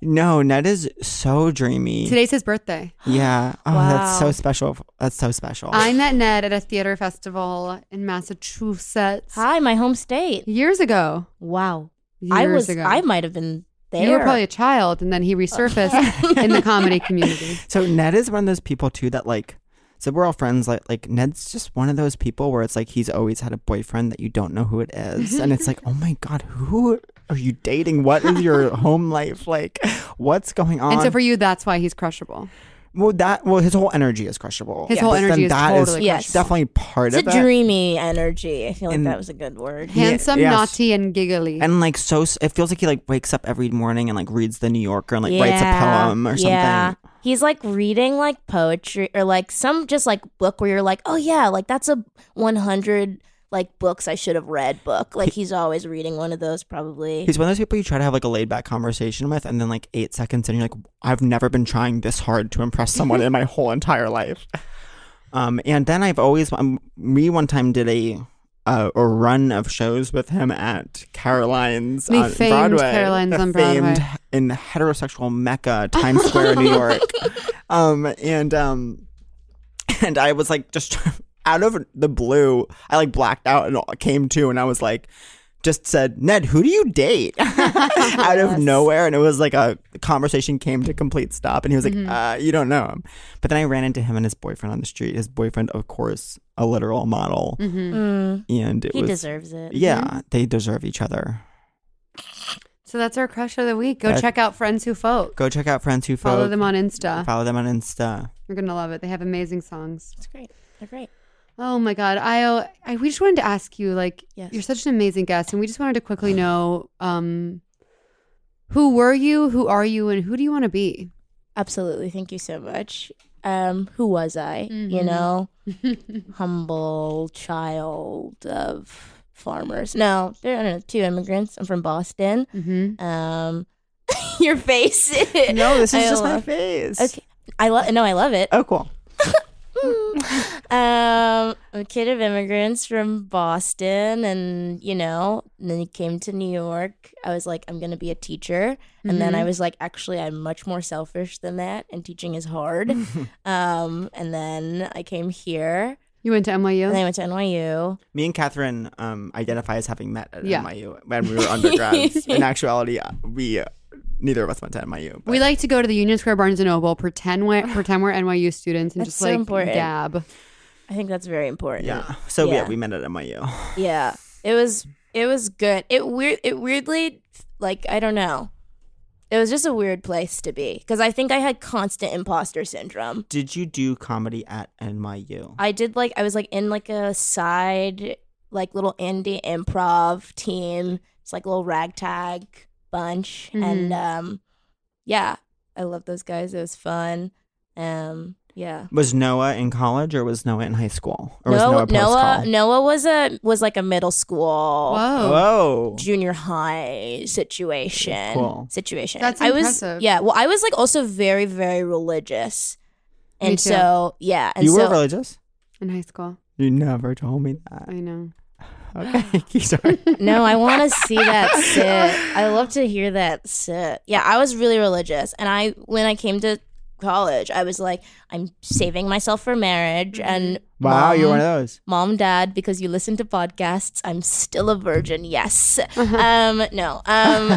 [SPEAKER 5] No, Ned is so dreamy.
[SPEAKER 4] (laughs) Today's his
[SPEAKER 5] (laughs)
[SPEAKER 4] birthday.
[SPEAKER 5] yeah. Oh, that's so
[SPEAKER 2] Wow.
[SPEAKER 5] special. That's so special.
[SPEAKER 4] I met Ned at a theater festival in Massachusetts
[SPEAKER 2] Hi, my home state.
[SPEAKER 4] years ago.
[SPEAKER 2] Wow.
[SPEAKER 4] Years
[SPEAKER 2] I was.
[SPEAKER 4] ago.
[SPEAKER 2] I might have been there.
[SPEAKER 4] You were probably a child, and then he
[SPEAKER 2] (laughs)
[SPEAKER 4] resurfaced in the comedy community.
[SPEAKER 5] so Ned is one of those people too that like. So we're all friends. Like like Ned's just one of those people where it's like he's always had a boyfriend that you don't know who it is, and it's like,
[SPEAKER 4] (laughs)
[SPEAKER 5] oh my god, who are you dating? What is your home life like? What's going on?
[SPEAKER 4] And so for you, that's why he's crushable.
[SPEAKER 5] Well, that well, his whole energy is crushable.
[SPEAKER 4] His whole
[SPEAKER 5] But then
[SPEAKER 4] energy is
[SPEAKER 5] that is
[SPEAKER 4] totally
[SPEAKER 2] Yes. crushable.
[SPEAKER 5] definitely part
[SPEAKER 2] it's a
[SPEAKER 5] of it.
[SPEAKER 2] dreamy energy. I feel like
[SPEAKER 5] And-
[SPEAKER 2] that was a good word.
[SPEAKER 5] Yeah,
[SPEAKER 4] Handsome,
[SPEAKER 5] yes.
[SPEAKER 4] naughty, and giggly.
[SPEAKER 5] And like so, s- it feels like he like wakes up every morning and like reads the New Yorker and like writes a poem or something.
[SPEAKER 2] He's like reading like poetry or like some just like book where you're like, oh yeah, like that's a 100 like books I should have read book. Like he's always reading one of those probably.
[SPEAKER 5] He's one of those people you try to have like a laid back conversation with, and then like eight seconds in, you're like, I've never been trying this hard to impress
[SPEAKER 4] (laughs)
[SPEAKER 5] someone in my whole entire life. Um, and then I've always, um, we one time did a, uh, a run of shows with him at Caroline's
[SPEAKER 4] The
[SPEAKER 5] on
[SPEAKER 4] famed
[SPEAKER 5] Broadway.
[SPEAKER 4] Caroline's
[SPEAKER 5] The
[SPEAKER 4] on Broadway.
[SPEAKER 5] famed in the heterosexual mecca, Times Square, New
[SPEAKER 4] (laughs)
[SPEAKER 5] York. Um, and, um, and I was like, just (laughs) out of the blue, I like blacked out and came to, and I was like, just said, Ned, who do you date? (laughs) out of nowhere. And it was like a conversation came to complete stop. And he was like, uh, you don't know him. But then I ran into him and his boyfriend on the street. His boyfriend, of course, a literal model.
[SPEAKER 2] Mm,
[SPEAKER 5] And it
[SPEAKER 2] he
[SPEAKER 5] was,
[SPEAKER 2] deserves it.
[SPEAKER 5] yeah, they deserve each other.
[SPEAKER 4] so that's our crush of the week. Go
[SPEAKER 5] Yeah.
[SPEAKER 4] check out Friends Who Folk.
[SPEAKER 5] Go check out Friends Who Folk.
[SPEAKER 4] Follow them on uh, Insta.
[SPEAKER 5] Follow them on Insta.
[SPEAKER 4] You're gonna love it. They have amazing songs.
[SPEAKER 2] It's great. They're great.
[SPEAKER 4] Oh my God, I, I we just wanted to ask you, like,
[SPEAKER 2] Yes.
[SPEAKER 4] you're such an amazing guest, and we just wanted to quickly know, um, who were you, who are you, and who do you want to be?
[SPEAKER 2] Absolutely. Thank you so much. Um, who was I? You know, humble child of farmers. No, they're I don't know, two immigrants. I'm from Boston.
[SPEAKER 4] Mm-hmm.
[SPEAKER 2] Um, (laughs) your face.
[SPEAKER 5] No, this is
[SPEAKER 2] I
[SPEAKER 5] just my
[SPEAKER 2] love-
[SPEAKER 5] face.
[SPEAKER 2] Okay. I love. No, I love it.
[SPEAKER 5] Oh, cool.
[SPEAKER 2] Um, I'm a kid of immigrants from Boston, and you know, and then he came to New York. I was like, I'm gonna be a teacher, and then
[SPEAKER 5] Mm-hmm.
[SPEAKER 2] I was like, actually, I'm much more selfish than that, and teaching
[SPEAKER 5] (laughs)
[SPEAKER 2] is hard. um, and then I came here,
[SPEAKER 4] You went to NYU.
[SPEAKER 2] and then I went to NYU.
[SPEAKER 5] Me and Catherine um, identify as having met at
[SPEAKER 4] Yeah.
[SPEAKER 5] NYU when we were undergrads. In actuality, uh, we uh, neither of us went to NYU. but-
[SPEAKER 4] We like to go to the Union Square Barnes and Noble, pretend
[SPEAKER 2] (sighs)
[SPEAKER 4] we're pretend we're NYU students, and
[SPEAKER 2] That's
[SPEAKER 4] just
[SPEAKER 2] so
[SPEAKER 4] like
[SPEAKER 2] important.
[SPEAKER 4] dab.
[SPEAKER 2] I think that's very important.
[SPEAKER 5] yeah. So yeah,
[SPEAKER 2] Yeah.
[SPEAKER 5] we met at NYU.
[SPEAKER 2] yeah. It was it was good. It weird. It weirdly like I don't know. It was just a weird place to be because I think I had constant imposter syndrome.
[SPEAKER 5] (laughs) Did you do comedy at NYU?
[SPEAKER 2] I did like I was like in like a side like little indie improv team. It's like a little ragtag bunch
[SPEAKER 4] Mhm.
[SPEAKER 2] and um yeah, I love those guys. It was fun. Um Yeah.
[SPEAKER 5] Was Noah in college or was Noah in high school? Or was
[SPEAKER 2] Noah
[SPEAKER 5] Noah
[SPEAKER 2] Noah,
[SPEAKER 5] post-call?
[SPEAKER 2] Noah was a was like a middle school
[SPEAKER 4] Whoa.
[SPEAKER 5] Oh. Whoa.
[SPEAKER 2] junior high situation
[SPEAKER 5] Cool.
[SPEAKER 2] situation.
[SPEAKER 4] That's
[SPEAKER 2] I was
[SPEAKER 4] impressive.
[SPEAKER 2] yeah, well I was like also very very religious.
[SPEAKER 4] Me
[SPEAKER 2] And
[SPEAKER 4] too.
[SPEAKER 2] so yeah, and
[SPEAKER 5] You
[SPEAKER 2] so
[SPEAKER 5] were religious?
[SPEAKER 4] In high school.
[SPEAKER 5] You never told me
[SPEAKER 2] (gasps)
[SPEAKER 5] that.
[SPEAKER 4] I know.
[SPEAKER 5] Okay. (laughs) Sorry. (laughs)
[SPEAKER 2] No, I want to see that sit. I love to hear that sit. Yeah, I was really religious, and I when I came to college, I was like, I'm saving myself for marriage,
[SPEAKER 5] Mm-hmm.
[SPEAKER 2] and
[SPEAKER 5] Wow, you're
[SPEAKER 2] mom-
[SPEAKER 5] one of
[SPEAKER 2] (laughs)
[SPEAKER 5] those.
[SPEAKER 2] mom, dad, because you listen to podcasts. I'm still a virgin. Yes.
[SPEAKER 5] Uh-huh.
[SPEAKER 2] Um. No.
[SPEAKER 5] (laughs)
[SPEAKER 2] Um. (laughs)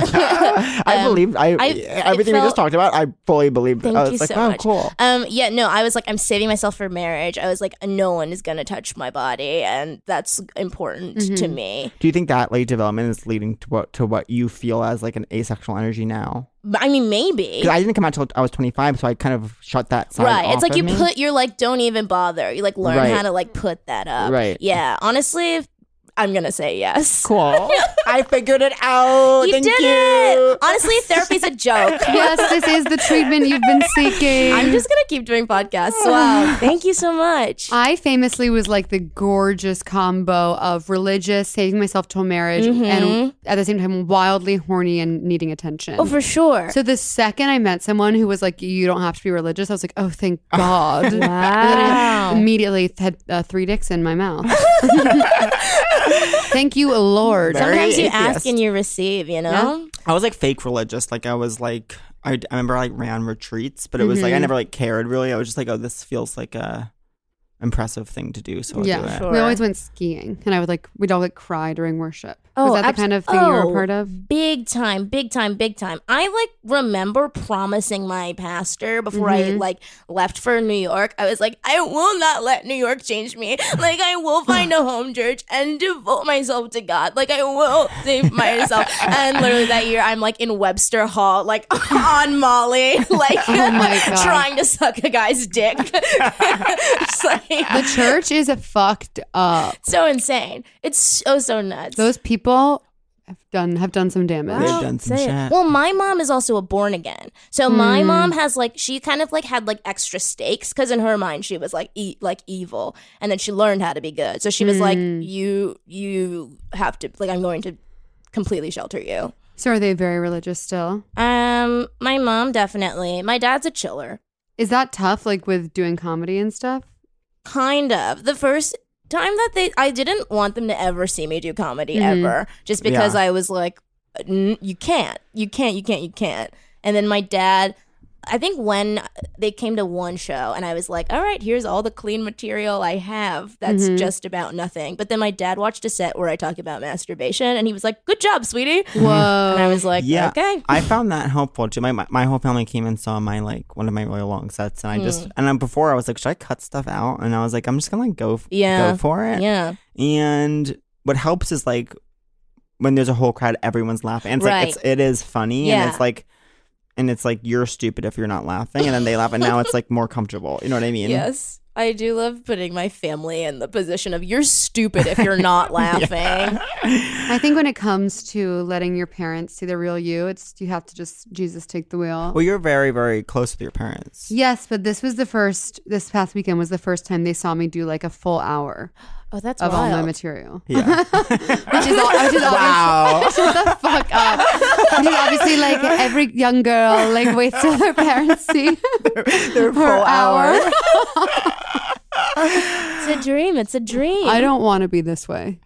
[SPEAKER 5] I
[SPEAKER 2] Um,
[SPEAKER 5] believe I,
[SPEAKER 2] I-
[SPEAKER 5] everything
[SPEAKER 2] it
[SPEAKER 5] we just
[SPEAKER 2] felt-
[SPEAKER 5] talked about. I fully believed.
[SPEAKER 2] Thank
[SPEAKER 5] I was
[SPEAKER 2] you
[SPEAKER 5] like,
[SPEAKER 2] so
[SPEAKER 5] oh,
[SPEAKER 2] much.
[SPEAKER 5] cool.
[SPEAKER 2] Um, yeah, no, I was like, I'm saving myself for marriage. I was like, no one is gonna touch my body, and that's important
[SPEAKER 5] Mm-hmm.
[SPEAKER 2] to me.
[SPEAKER 5] Do you think that late development is leading to what to what you feel as like an asexual energy now?
[SPEAKER 2] But, I mean, maybe.
[SPEAKER 5] 'Cause I didn't come out till I was 25, so I kind of shut that side
[SPEAKER 2] right it's
[SPEAKER 5] off
[SPEAKER 2] like
[SPEAKER 5] of
[SPEAKER 2] you
[SPEAKER 5] me.
[SPEAKER 2] put you're like don't even bother you like learn
[SPEAKER 5] Right.
[SPEAKER 2] how to like put that up
[SPEAKER 5] Right.
[SPEAKER 2] yeah honestly i'm gonna say yes (laughs)
[SPEAKER 5] cool. I figured it out.
[SPEAKER 2] you
[SPEAKER 5] Thank
[SPEAKER 2] did
[SPEAKER 5] you.
[SPEAKER 2] it honestly therapy's a
[SPEAKER 5] (laughs)
[SPEAKER 2] joke
[SPEAKER 4] Yes, this is the treatment you've been seeking.
[SPEAKER 2] (laughs) i'm just gonna keep doing podcasts
[SPEAKER 5] (sighs)
[SPEAKER 2] wow thank you so much
[SPEAKER 5] Um,
[SPEAKER 4] I famously was like the gorgeous combo of religious, saving myself till marriage, and at the same time wildly horny and needing attention.
[SPEAKER 2] Mm-hmm. oh for sure
[SPEAKER 4] So the second I met someone who was like, "You don't have to be religious," I was like, "Oh,
[SPEAKER 2] (laughs)
[SPEAKER 4] thank God!" And then I
[SPEAKER 2] Wow.
[SPEAKER 4] immediately had uh, three dicks in my
[SPEAKER 2] (laughs)
[SPEAKER 4] mouth. thank you, Lord.
[SPEAKER 5] Very-
[SPEAKER 2] sometimes you ask
[SPEAKER 5] atheist.
[SPEAKER 2] and you receive you know
[SPEAKER 5] I was like fake religious. Like I was like I, I remember I like ran retreats, but it was
[SPEAKER 2] Mm-hmm.
[SPEAKER 5] like I never like cared really. I was just like, oh, this feels like a impressive thing to do. So I'll do
[SPEAKER 4] Yeah,
[SPEAKER 5] it.
[SPEAKER 2] Sure.
[SPEAKER 4] we always went skiing, and I would like we'd all like cry during worship.
[SPEAKER 2] Oh,
[SPEAKER 4] was that
[SPEAKER 2] abs-
[SPEAKER 4] the kind of thing you were
[SPEAKER 2] oh.
[SPEAKER 4] a part of?
[SPEAKER 2] big time big time big time i like remember promising my pastor before
[SPEAKER 4] Mm-hmm.
[SPEAKER 2] i like left for new york i was like i will not let new york change me like i
[SPEAKER 4] (laughs)
[SPEAKER 2] will find a home church and devote myself to god like i will save myself and literally that year i'm like in webster hall like (laughs)
[SPEAKER 4] (laughs)
[SPEAKER 2] on molly like
[SPEAKER 4] Oh
[SPEAKER 2] (laughs)
[SPEAKER 4] my God.
[SPEAKER 2] trying to suck a guy's dick (laughs) It's
[SPEAKER 4] The (laughs)
[SPEAKER 2] like,
[SPEAKER 4] church is fucked up.
[SPEAKER 2] so insane it's so so nuts
[SPEAKER 4] Those people have done have done some damage.
[SPEAKER 5] They've done some
[SPEAKER 2] Say it.
[SPEAKER 5] shit. Hmm.
[SPEAKER 2] Well, my mom is also a born again. So my mom has like she kind of like had like extra stakes because in her mind she was like e- like evil, and then she learned how to be good. So she was like,
[SPEAKER 5] Hmm.
[SPEAKER 2] you you have to like I'm going to completely shelter you.
[SPEAKER 4] So are they very religious still?
[SPEAKER 2] Um, my mom definitely. My dad's a chiller,
[SPEAKER 4] Is that tough? Like with doing comedy and stuff?
[SPEAKER 2] kind of. The first time that they, I didn't want them to ever see me do comedy ever, just because
[SPEAKER 5] Yeah.
[SPEAKER 2] I was like, "N- you can't, you can't, you can't, you can't. And then my dad, I think when they came to one show and I was like, all right, here's all the clean material I have that's just about nothing. But then my dad watched a set where I talk about masturbation and he was like, good job, sweetie. And I
[SPEAKER 4] Whoa.
[SPEAKER 2] was like,
[SPEAKER 5] yeah,
[SPEAKER 2] okay.
[SPEAKER 5] I found that helpful too. My, my my whole family came and saw my like one of my really long sets, and I
[SPEAKER 2] Mm.
[SPEAKER 5] just and then before I was like, should I cut stuff out? And I was like, I'm just gonna like, go f-
[SPEAKER 2] Yeah.
[SPEAKER 5] go for it.
[SPEAKER 2] Yeah.
[SPEAKER 5] And what helps is like when there's a whole crowd, everyone's laughing. And it's
[SPEAKER 2] Right.
[SPEAKER 5] like it's it is funny
[SPEAKER 2] Yeah.
[SPEAKER 5] and it's like and it's like you're stupid if you're not laughing and then they laugh and now it's like more comfortable. You know what I mean?
[SPEAKER 2] Yes. I do love putting my family in the position of you're stupid if
[SPEAKER 5] (laughs)
[SPEAKER 2] you're not laughing.
[SPEAKER 4] I think when it comes to letting your parents see the real you, it's you have to just Jesus take the wheel.
[SPEAKER 5] Well, you're very, very close with your parents.
[SPEAKER 4] yes, but this was the first this past weekend was the first time they saw me do like a full hour
[SPEAKER 2] Oh, that's
[SPEAKER 4] of all my
[SPEAKER 2] wild.
[SPEAKER 4] material.
[SPEAKER 2] (laughs)
[SPEAKER 5] Yeah.
[SPEAKER 4] Which is, all, which is
[SPEAKER 5] wow.
[SPEAKER 4] obviously shut the (laughs) fuck up. Which is obviously like every young girl like waits till her parents see (laughs)
[SPEAKER 5] (laughs)
[SPEAKER 4] their full hour.
[SPEAKER 2] it's a dream. It's a dream.
[SPEAKER 4] I don't want to be this way.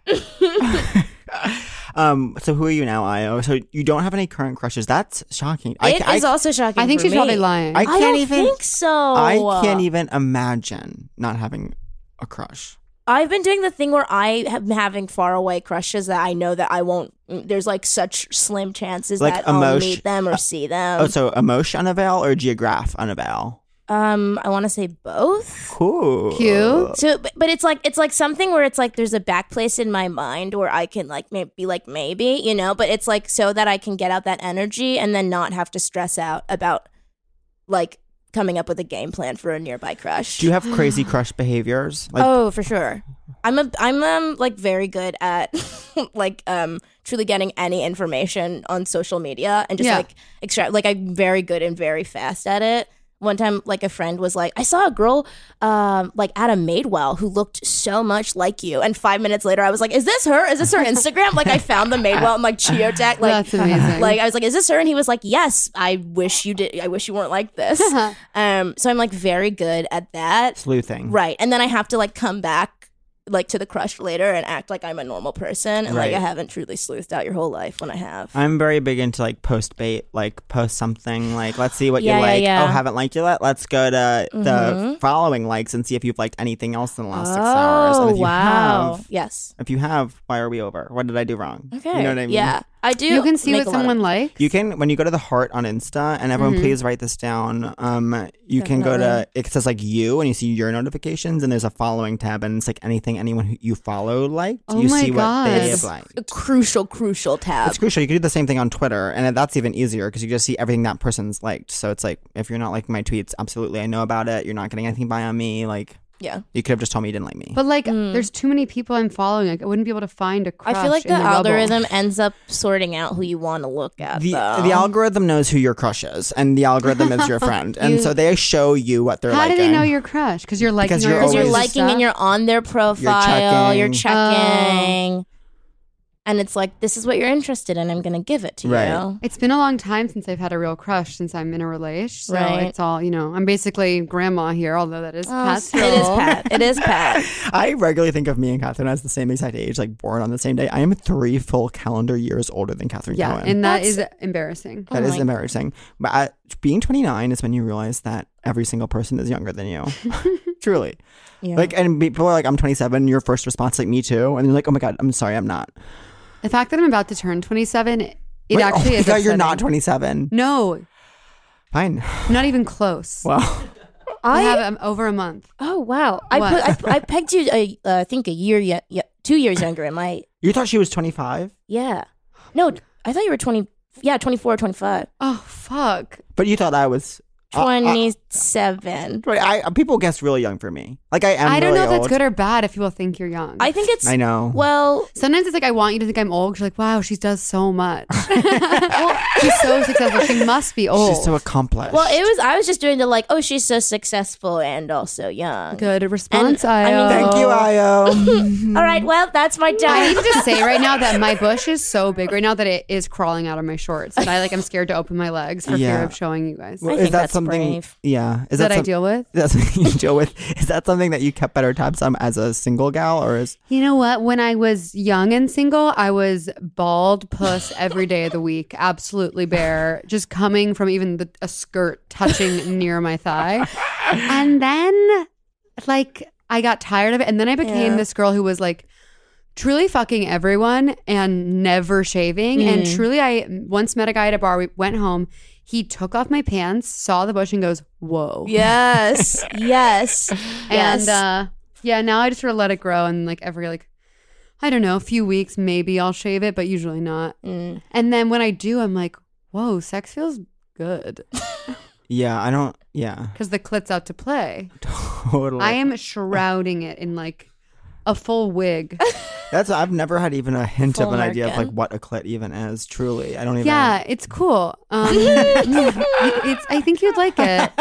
[SPEAKER 5] Um, so who are you now, Io? So you don't have any current crushes. That's shocking. I,
[SPEAKER 2] It
[SPEAKER 5] ca- I,
[SPEAKER 2] is also shocking.
[SPEAKER 4] I think
[SPEAKER 2] for
[SPEAKER 4] she's
[SPEAKER 2] me.
[SPEAKER 4] probably lying.
[SPEAKER 5] I
[SPEAKER 2] I,
[SPEAKER 5] can't
[SPEAKER 2] don't
[SPEAKER 5] even
[SPEAKER 2] think so.
[SPEAKER 5] I can't e- even imagine not having a crush.
[SPEAKER 2] I've been doing the thing where I am having faraway crushes that I know that I won't. mm, There's like such slim chances
[SPEAKER 5] Like
[SPEAKER 2] that I'll
[SPEAKER 5] emotion-
[SPEAKER 2] meet them or see them.
[SPEAKER 5] Oh, so emotion unavail or geograph unavail?
[SPEAKER 2] um, I want to say both.
[SPEAKER 5] Cool.
[SPEAKER 4] Cute.
[SPEAKER 2] So, but, but it's like it's like something where it's like there's a back place in my mind where I can like maybe be like maybe you know, but it's like so that I can get out that energy and then not have to stress out about like coming up with a game plan for a nearby crush.
[SPEAKER 5] Do you have
[SPEAKER 2] (gasps)
[SPEAKER 5] crazy crush behaviors? Like
[SPEAKER 2] oh, for sure. I'm a I'm um like very good at (laughs) like um truly getting any information on social media and just
[SPEAKER 4] Yeah.
[SPEAKER 2] like extract like I'm very good and very fast at it. one time like a friend was like i saw a girl um like at a madewell who looked so much like you and five minutes later i was like is this her is this her instagram like i found the madewell and like geotech like
[SPEAKER 4] That's amazing.
[SPEAKER 2] like i was like is this her and he was like yes i wish you did i wish you weren't like
[SPEAKER 4] (laughs)
[SPEAKER 2] this um so i'm like very good at that
[SPEAKER 5] sleuthing.
[SPEAKER 2] right and then i have to like come back like to the crush later and act like i'm a normal person and like
[SPEAKER 5] Right.
[SPEAKER 2] i haven't truly sleuthed out your whole life when i have
[SPEAKER 5] I'm very big into like post bait, like post something, like let's see what
[SPEAKER 2] Yeah,
[SPEAKER 5] you
[SPEAKER 2] yeah,
[SPEAKER 5] like.
[SPEAKER 2] yeah. Mm-hmm.
[SPEAKER 5] Oh, haven't liked you yet? Let's go to the following likes and see if you've liked anything else in the last six hours. And if
[SPEAKER 4] Oh,
[SPEAKER 2] Oh,
[SPEAKER 5] you have,
[SPEAKER 2] yes
[SPEAKER 5] if you have, why are we over? What did I do wrong?
[SPEAKER 2] okay
[SPEAKER 5] You know what I mean?
[SPEAKER 2] yeah i do
[SPEAKER 4] you can see
[SPEAKER 2] make
[SPEAKER 4] what
[SPEAKER 2] a lot of-
[SPEAKER 4] someone likes.
[SPEAKER 5] You can when you go to the heart on Insta, and everyone
[SPEAKER 2] Mm-hmm.
[SPEAKER 5] please write this down. Um, you can go to it says like you, and you see your notifications, and there's a following tab, and it's like anything anyone who you follow liked.
[SPEAKER 4] Oh
[SPEAKER 5] you
[SPEAKER 4] my
[SPEAKER 5] see what they
[SPEAKER 4] God.
[SPEAKER 5] have liked.
[SPEAKER 2] a crucial crucial tab
[SPEAKER 5] It's crucial. You can do the same thing on Twitter, and that's even easier because you just see everything that person's liked. So it's like if you're not liking my tweets, absolutely, I know about it. You're not getting anything by on me. Like
[SPEAKER 2] yeah
[SPEAKER 5] you could have just told me you didn't like me.
[SPEAKER 4] But like, there's too many people I'm following. Like, I wouldn't be able to find a crush.
[SPEAKER 2] Hmm. I feel like
[SPEAKER 4] in
[SPEAKER 2] the,
[SPEAKER 4] rubble.
[SPEAKER 5] (laughs)
[SPEAKER 2] algorithm ends up sorting out who you want to look at.
[SPEAKER 5] the,
[SPEAKER 2] though.
[SPEAKER 5] the algorithm knows who your crush is, and the algorithm is
[SPEAKER 4] (laughs)
[SPEAKER 5] your friend, and so they show you what they're
[SPEAKER 4] How
[SPEAKER 5] liking.
[SPEAKER 4] do they know your crush? Because you're liking.
[SPEAKER 5] Because
[SPEAKER 4] all
[SPEAKER 5] you're
[SPEAKER 4] your
[SPEAKER 2] because you're
[SPEAKER 5] always-
[SPEAKER 2] liking and you're on their profile, you're checking, and it's like this is what you're interested in. I'm gonna give it to
[SPEAKER 5] Right.
[SPEAKER 2] you.
[SPEAKER 4] It's been a long time since I've had a real crush since I'm in a relation. So
[SPEAKER 2] Right. Oh,
[SPEAKER 4] it's all you know. I'm basically grandma here, although that is Pat's
[SPEAKER 2] it is
[SPEAKER 4] role.
[SPEAKER 2] Pat. It
[SPEAKER 4] (laughs)
[SPEAKER 2] is Pat.
[SPEAKER 5] (laughs) I regularly think of me and Catherine as the same exact age, like born on the same day. I am three full calendar years older than Catherine
[SPEAKER 4] Yeah,
[SPEAKER 5] Cohen.
[SPEAKER 4] and that is embarrassing.
[SPEAKER 5] that is
[SPEAKER 2] my-
[SPEAKER 5] embarrassing. But uh being 29 is when you realize that every single person is younger than
[SPEAKER 4] (laughs)
[SPEAKER 5] you. (laughs) Truly.
[SPEAKER 2] Yeah.
[SPEAKER 5] Like, and people are like, I'm 27. Your first response, is like, me too. And you're like, oh my God, I'm sorry, I'm not.
[SPEAKER 4] The fact that I'm about to turn 27, it
[SPEAKER 5] Like,
[SPEAKER 4] actually
[SPEAKER 5] oh my
[SPEAKER 4] is.
[SPEAKER 5] God, you're not
[SPEAKER 4] upsetting.
[SPEAKER 5] 27.
[SPEAKER 4] No,
[SPEAKER 5] Fine. (laughs)
[SPEAKER 4] not even close.
[SPEAKER 5] Well,
[SPEAKER 4] I have um, over a month.
[SPEAKER 2] Oh wow, I
[SPEAKER 4] What?
[SPEAKER 2] put, I, I pegged you. I uh, think a year, yeah, yeah, two years younger. Am I?
[SPEAKER 5] you thought she was 25,
[SPEAKER 2] Yeah. No, I thought you were twenty. Yeah, 24 or 25.
[SPEAKER 4] Oh fuck!
[SPEAKER 5] but you thought I was. uh, uh,
[SPEAKER 2] 27.
[SPEAKER 5] twenty- I, uh, people guess really young for me. Like, I am
[SPEAKER 4] I don't
[SPEAKER 5] really
[SPEAKER 4] know if that's
[SPEAKER 5] old.
[SPEAKER 4] good or bad. If people think you're young,
[SPEAKER 2] I think it's
[SPEAKER 5] I know.
[SPEAKER 2] well.
[SPEAKER 4] Sometimes it's like I want you to think I'm old. 'cause You're like, wow, she does so
[SPEAKER 5] (laughs)
[SPEAKER 4] much. she's so successful. She must be old.
[SPEAKER 5] She's so accomplished.
[SPEAKER 2] Well, it was. I was just doing the like. Oh, she's so successful and also young.
[SPEAKER 4] good response.
[SPEAKER 2] And, I
[SPEAKER 4] (laughs) I
[SPEAKER 2] mean-
[SPEAKER 5] Thank you, Io.
[SPEAKER 2] All right. Well, that's
[SPEAKER 5] (laughs)
[SPEAKER 2] my
[SPEAKER 4] I
[SPEAKER 2] time.
[SPEAKER 4] need to just say right now that my bush is so big right now that it is crawling out of my shorts, and I like I'm scared to open my legs for fear
[SPEAKER 5] Yeah.
[SPEAKER 4] of showing you guys
[SPEAKER 5] Well,
[SPEAKER 2] I
[SPEAKER 5] is
[SPEAKER 2] think
[SPEAKER 5] that
[SPEAKER 2] that's
[SPEAKER 5] something?
[SPEAKER 2] brave.
[SPEAKER 5] Yeah, is
[SPEAKER 4] that I
[SPEAKER 5] some-
[SPEAKER 4] deal with.
[SPEAKER 5] That's something (laughs) you deal with. Is that something that you kept better tabs on as a single gal, or is
[SPEAKER 4] You know what? When I was young and single, I was bald puss every day of the week, absolutely bare, just coming from even the, a skirt touching near my thigh. And then, like, I got tired of it. And then I became
[SPEAKER 2] Yeah.
[SPEAKER 4] this girl who was like, Truly fucking everyone and never shaving. And truly, I once met a guy at a bar. We went home. He took off my pants, saw the bush, and goes, Whoa.
[SPEAKER 2] Yes.
[SPEAKER 5] (laughs)
[SPEAKER 2] yes.
[SPEAKER 4] And
[SPEAKER 2] Yes.
[SPEAKER 4] uh, yeah, now I just sort of let it grow and like every like I don't know, a few weeks maybe I'll shave it, but usually not.
[SPEAKER 2] Mm.
[SPEAKER 4] And then when I do, I'm like, whoa, sex feels good
[SPEAKER 5] yeah? I don't. Yeah, (laughs)
[SPEAKER 4] because the clit's out to play.
[SPEAKER 5] totally.
[SPEAKER 4] I am shrouding it in like a
[SPEAKER 5] (laughs)
[SPEAKER 4] full wig.
[SPEAKER 5] That's. I've never had even a hint of
[SPEAKER 2] Full
[SPEAKER 5] an idea of like
[SPEAKER 2] American.
[SPEAKER 5] what a clit even is. Truly, I don't even.
[SPEAKER 4] yeah, it's cool. Um, it's. I think you'd like it.
[SPEAKER 5] (laughs)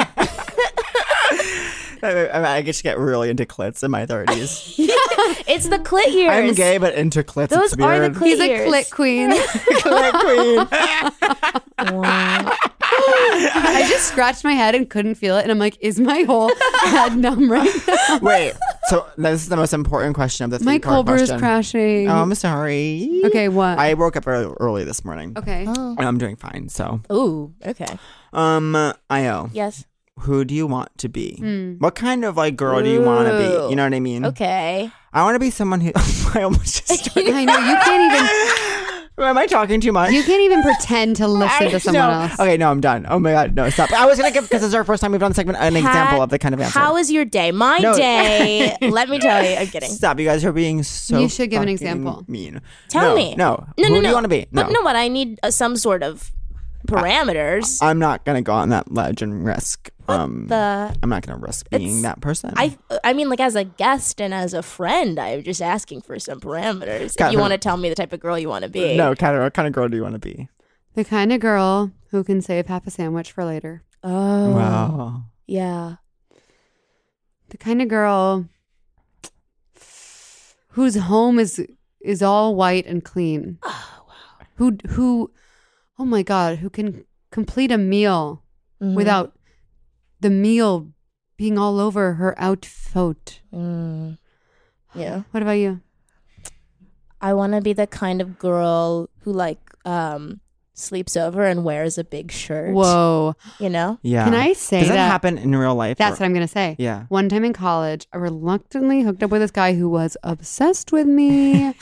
[SPEAKER 5] I, I, I mean, I just get really into clits in my
[SPEAKER 4] (laughs)
[SPEAKER 5] thirties.
[SPEAKER 2] It's the clit years.
[SPEAKER 5] I'm gay, but into clits.
[SPEAKER 2] Those
[SPEAKER 5] it's
[SPEAKER 2] are
[SPEAKER 5] weird. (laughs)
[SPEAKER 2] the clit
[SPEAKER 4] He's a
[SPEAKER 2] years.
[SPEAKER 4] clit queen.
[SPEAKER 5] clit
[SPEAKER 4] (laughs)
[SPEAKER 5] queen.
[SPEAKER 4] I just scratched my head and couldn't feel it, and I'm like, is my whole head numb
[SPEAKER 5] (laughs)
[SPEAKER 4] right now?
[SPEAKER 5] Wait. So this is the most important question of the
[SPEAKER 4] My
[SPEAKER 5] three-part
[SPEAKER 4] Culber is
[SPEAKER 5] question.
[SPEAKER 4] crashing.
[SPEAKER 5] Oh, I'm sorry.
[SPEAKER 4] okay, what?
[SPEAKER 5] I woke up early, early this morning.
[SPEAKER 4] okay.
[SPEAKER 5] And I'm doing fine. So,
[SPEAKER 2] Ooh. Okay.
[SPEAKER 5] um, Io.
[SPEAKER 2] Yes.
[SPEAKER 5] who do you want to be?
[SPEAKER 4] Hmm.
[SPEAKER 5] What kind of like girl do you want to be?
[SPEAKER 2] Ooh.
[SPEAKER 5] You know what I mean?
[SPEAKER 2] Okay.
[SPEAKER 5] I want to be someone who. (laughs) I almost
[SPEAKER 4] (laughs)
[SPEAKER 5] just. Started.
[SPEAKER 4] I know you can't even
[SPEAKER 5] Am I talking too much?
[SPEAKER 4] You can't even pretend to listen
[SPEAKER 5] I-
[SPEAKER 4] to
[SPEAKER 5] (laughs)
[SPEAKER 4] someone
[SPEAKER 5] no.
[SPEAKER 4] else.
[SPEAKER 5] Okay, no, I'm done. Oh my god, no, stop. I was gonna give because this is our first time we've done the segment an example
[SPEAKER 2] Pat,
[SPEAKER 5] of the kind of answer.
[SPEAKER 2] How is your day? My
[SPEAKER 5] No.
[SPEAKER 2] day.
[SPEAKER 5] (laughs)
[SPEAKER 2] let me tell you. I'm kidding.
[SPEAKER 5] Stop! You guys are being so.
[SPEAKER 4] You should give an
[SPEAKER 5] fucking
[SPEAKER 4] example.
[SPEAKER 5] Mean.
[SPEAKER 2] Tell
[SPEAKER 5] No,
[SPEAKER 2] me.
[SPEAKER 5] No.
[SPEAKER 2] No.
[SPEAKER 5] who
[SPEAKER 2] no.
[SPEAKER 5] do
[SPEAKER 2] no.
[SPEAKER 5] you want to be?
[SPEAKER 2] But no. What I need uh, some sort of parameters.
[SPEAKER 5] I'm not gonna go on that ledge and risk. um,
[SPEAKER 2] the.
[SPEAKER 5] I'm not gonna risk being that person.
[SPEAKER 2] Uh, I, uh, I mean, like as a guest and as a friend, I'm just asking for some parameters. If you
[SPEAKER 5] Catherine.
[SPEAKER 2] want to tell me the type of girl you want to be,
[SPEAKER 5] no, Catherine. What kind of girl do you want to be?
[SPEAKER 4] The kind of girl who can save half a sandwich for later.
[SPEAKER 2] Oh.
[SPEAKER 5] Wow.
[SPEAKER 2] Yeah.
[SPEAKER 4] the kind of girl whose home is is all white and clean. Oh wow. Who who oh my god, who can complete a meal
[SPEAKER 2] Mhm.
[SPEAKER 4] without the meal being all over her outfit.
[SPEAKER 2] Mm. Yeah.
[SPEAKER 4] What about you?
[SPEAKER 2] I want to be the kind of girl who like um sleeps over and wears a big shirt.
[SPEAKER 4] Whoa.
[SPEAKER 2] You know?
[SPEAKER 5] Yeah.
[SPEAKER 4] Can I say
[SPEAKER 5] Does that,
[SPEAKER 4] that-
[SPEAKER 5] happen in real life?
[SPEAKER 4] That's
[SPEAKER 5] or-
[SPEAKER 4] what I'm going to say.
[SPEAKER 5] Yeah.
[SPEAKER 4] One time in college, I reluctantly hooked up with this guy who was obsessed
[SPEAKER 5] (laughs)
[SPEAKER 4] with me. and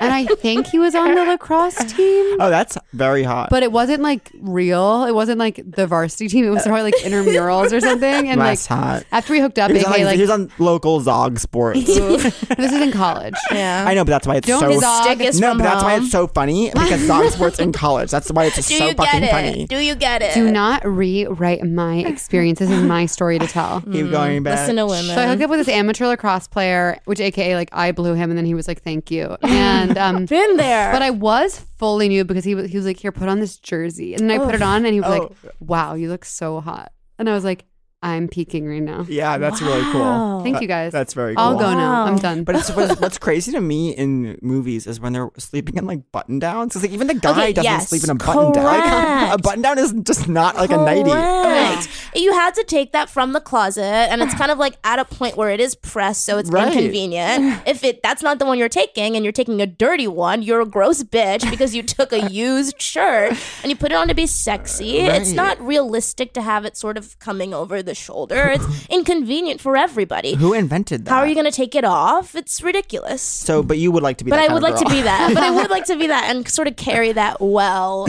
[SPEAKER 4] I think he was on the lacrosse team.
[SPEAKER 5] Oh, that's very hot.
[SPEAKER 4] But it wasn't like real. It wasn't like the varsity team. It was probably like intramurals or something. And
[SPEAKER 5] Less
[SPEAKER 4] like
[SPEAKER 5] hot.
[SPEAKER 4] after we hooked up,
[SPEAKER 5] He was,
[SPEAKER 4] they
[SPEAKER 5] on, like,
[SPEAKER 4] like,
[SPEAKER 5] he was on local Zog
[SPEAKER 2] (laughs)
[SPEAKER 5] Sports.
[SPEAKER 4] this is in
[SPEAKER 5] (laughs)
[SPEAKER 4] college.
[SPEAKER 2] Yeah.
[SPEAKER 5] I know, but that's why it's
[SPEAKER 4] Don't
[SPEAKER 5] so.
[SPEAKER 4] his dog
[SPEAKER 2] Stick is
[SPEAKER 5] no,
[SPEAKER 2] from
[SPEAKER 5] but that's why
[SPEAKER 2] home.
[SPEAKER 5] it's so
[SPEAKER 2] (laughs)
[SPEAKER 5] funny because Zog Sports in college. That's why it's
[SPEAKER 2] Do
[SPEAKER 5] so
[SPEAKER 2] you
[SPEAKER 5] fucking
[SPEAKER 2] get it?
[SPEAKER 5] funny.
[SPEAKER 2] Do you get it?
[SPEAKER 4] Do not rewrite my experiences and my story to tell.
[SPEAKER 5] Keep going back.
[SPEAKER 2] Mm. listen to women.
[SPEAKER 4] So I hooked up with this amateur lacrosse player, which AKA like I blew him, and then he was like, "Thank you." And um,
[SPEAKER 2] (laughs) Been there.
[SPEAKER 4] But I was fully nude because he was, he was like, "Here, put on this jersey," and then I put
[SPEAKER 2] Oh.
[SPEAKER 4] it on, and he was like, "Wow, you look so hot," and I was like, "I'm peaking right now."
[SPEAKER 5] Yeah, that's really cool.
[SPEAKER 2] Wow.
[SPEAKER 4] Thank
[SPEAKER 5] That-
[SPEAKER 4] you guys.
[SPEAKER 5] That's very cool.
[SPEAKER 4] I'll go now. I'm
[SPEAKER 2] Wow.
[SPEAKER 4] done.
[SPEAKER 5] But it's
[SPEAKER 2] (laughs)
[SPEAKER 5] what's, what's crazy to me in movies is when they're sleeping in like button downs. Because like even the guy
[SPEAKER 2] Okay,
[SPEAKER 5] doesn't
[SPEAKER 2] yes,
[SPEAKER 5] sleep in (laughs) a button down. Like, a
[SPEAKER 2] correct.
[SPEAKER 5] button down is just not like a nightie. Ah.
[SPEAKER 2] Correct. You had to take that from the closet, and it's kind of like at a point where it is pressed, so it's
[SPEAKER 5] Right. (sighs)
[SPEAKER 2] inconvenient. If it that's not the one you're taking, and you're taking a dirty one, you're a gross bitch because you
[SPEAKER 5] (laughs)
[SPEAKER 2] took a used shirt and you put it on to be sexy. It's
[SPEAKER 5] Right.
[SPEAKER 2] not realistic to have it sort of coming over the shoulder.
[SPEAKER 5] (laughs)
[SPEAKER 2] It's inconvenient for everybody.
[SPEAKER 5] Who invented that?
[SPEAKER 2] How are you going to take it off? It's ridiculous.
[SPEAKER 5] So, but you would like to be.
[SPEAKER 2] But
[SPEAKER 5] that
[SPEAKER 2] I
[SPEAKER 5] kind
[SPEAKER 2] would
[SPEAKER 5] of
[SPEAKER 2] like to
[SPEAKER 5] girl.
[SPEAKER 2] be that. But I would like to be that and sort of carry
[SPEAKER 5] (clears throat)
[SPEAKER 2] that well.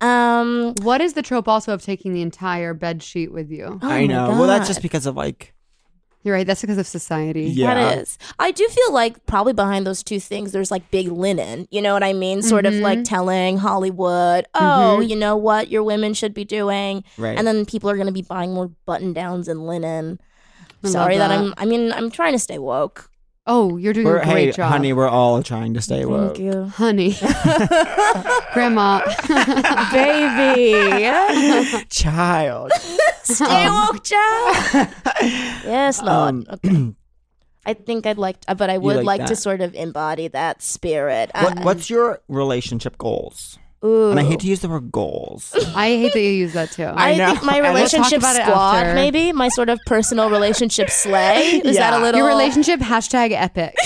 [SPEAKER 2] Um,
[SPEAKER 4] what is the trope also of taking the entire bed sheet with you?
[SPEAKER 5] (laughs)
[SPEAKER 2] Oh
[SPEAKER 5] I know. Well, that's just because of like.
[SPEAKER 4] You're right. That's because of society.
[SPEAKER 5] Yeah.
[SPEAKER 2] That is. I do feel like probably behind those two things, there's like big linen. You know what I mean? Sort of like
[SPEAKER 5] Mm-hmm.
[SPEAKER 2] telling Hollywood, oh, you know what your women should be doing.
[SPEAKER 5] Right.
[SPEAKER 2] And then people are going to be buying more button downs and linen. Sorry that.
[SPEAKER 4] that.
[SPEAKER 2] I'm, I mean, I'm trying to stay woke.
[SPEAKER 4] Oh, you're doing
[SPEAKER 5] We're,
[SPEAKER 4] a great
[SPEAKER 5] hey,
[SPEAKER 4] job,
[SPEAKER 5] honey, we're all trying to stay woke.
[SPEAKER 2] Thank you.
[SPEAKER 4] Honey, (laughs) grandma. (laughs)
[SPEAKER 2] Baby.
[SPEAKER 5] (laughs) Child.
[SPEAKER 2] (laughs) stay woke, Joe.
[SPEAKER 5] (laughs)
[SPEAKER 2] yes,
[SPEAKER 5] Um,
[SPEAKER 2] Lord. okay. I think I'd like, to, but I would
[SPEAKER 5] like
[SPEAKER 2] like, to
[SPEAKER 5] that.
[SPEAKER 2] sort of embody that spirit.
[SPEAKER 5] What,
[SPEAKER 2] Um,
[SPEAKER 5] what's your relationship goals?
[SPEAKER 2] ooh.
[SPEAKER 5] And I hate to use the word goals.
[SPEAKER 4] I hate that you use that too.
[SPEAKER 2] I, think
[SPEAKER 4] (laughs)
[SPEAKER 2] my
[SPEAKER 4] And we'll talk
[SPEAKER 2] relationship
[SPEAKER 4] about it
[SPEAKER 2] squad,
[SPEAKER 4] after.
[SPEAKER 2] maybe my sort of personal relationship sleigh.
[SPEAKER 4] (laughs)
[SPEAKER 2] Is that a little
[SPEAKER 4] Your relationship hashtag epic.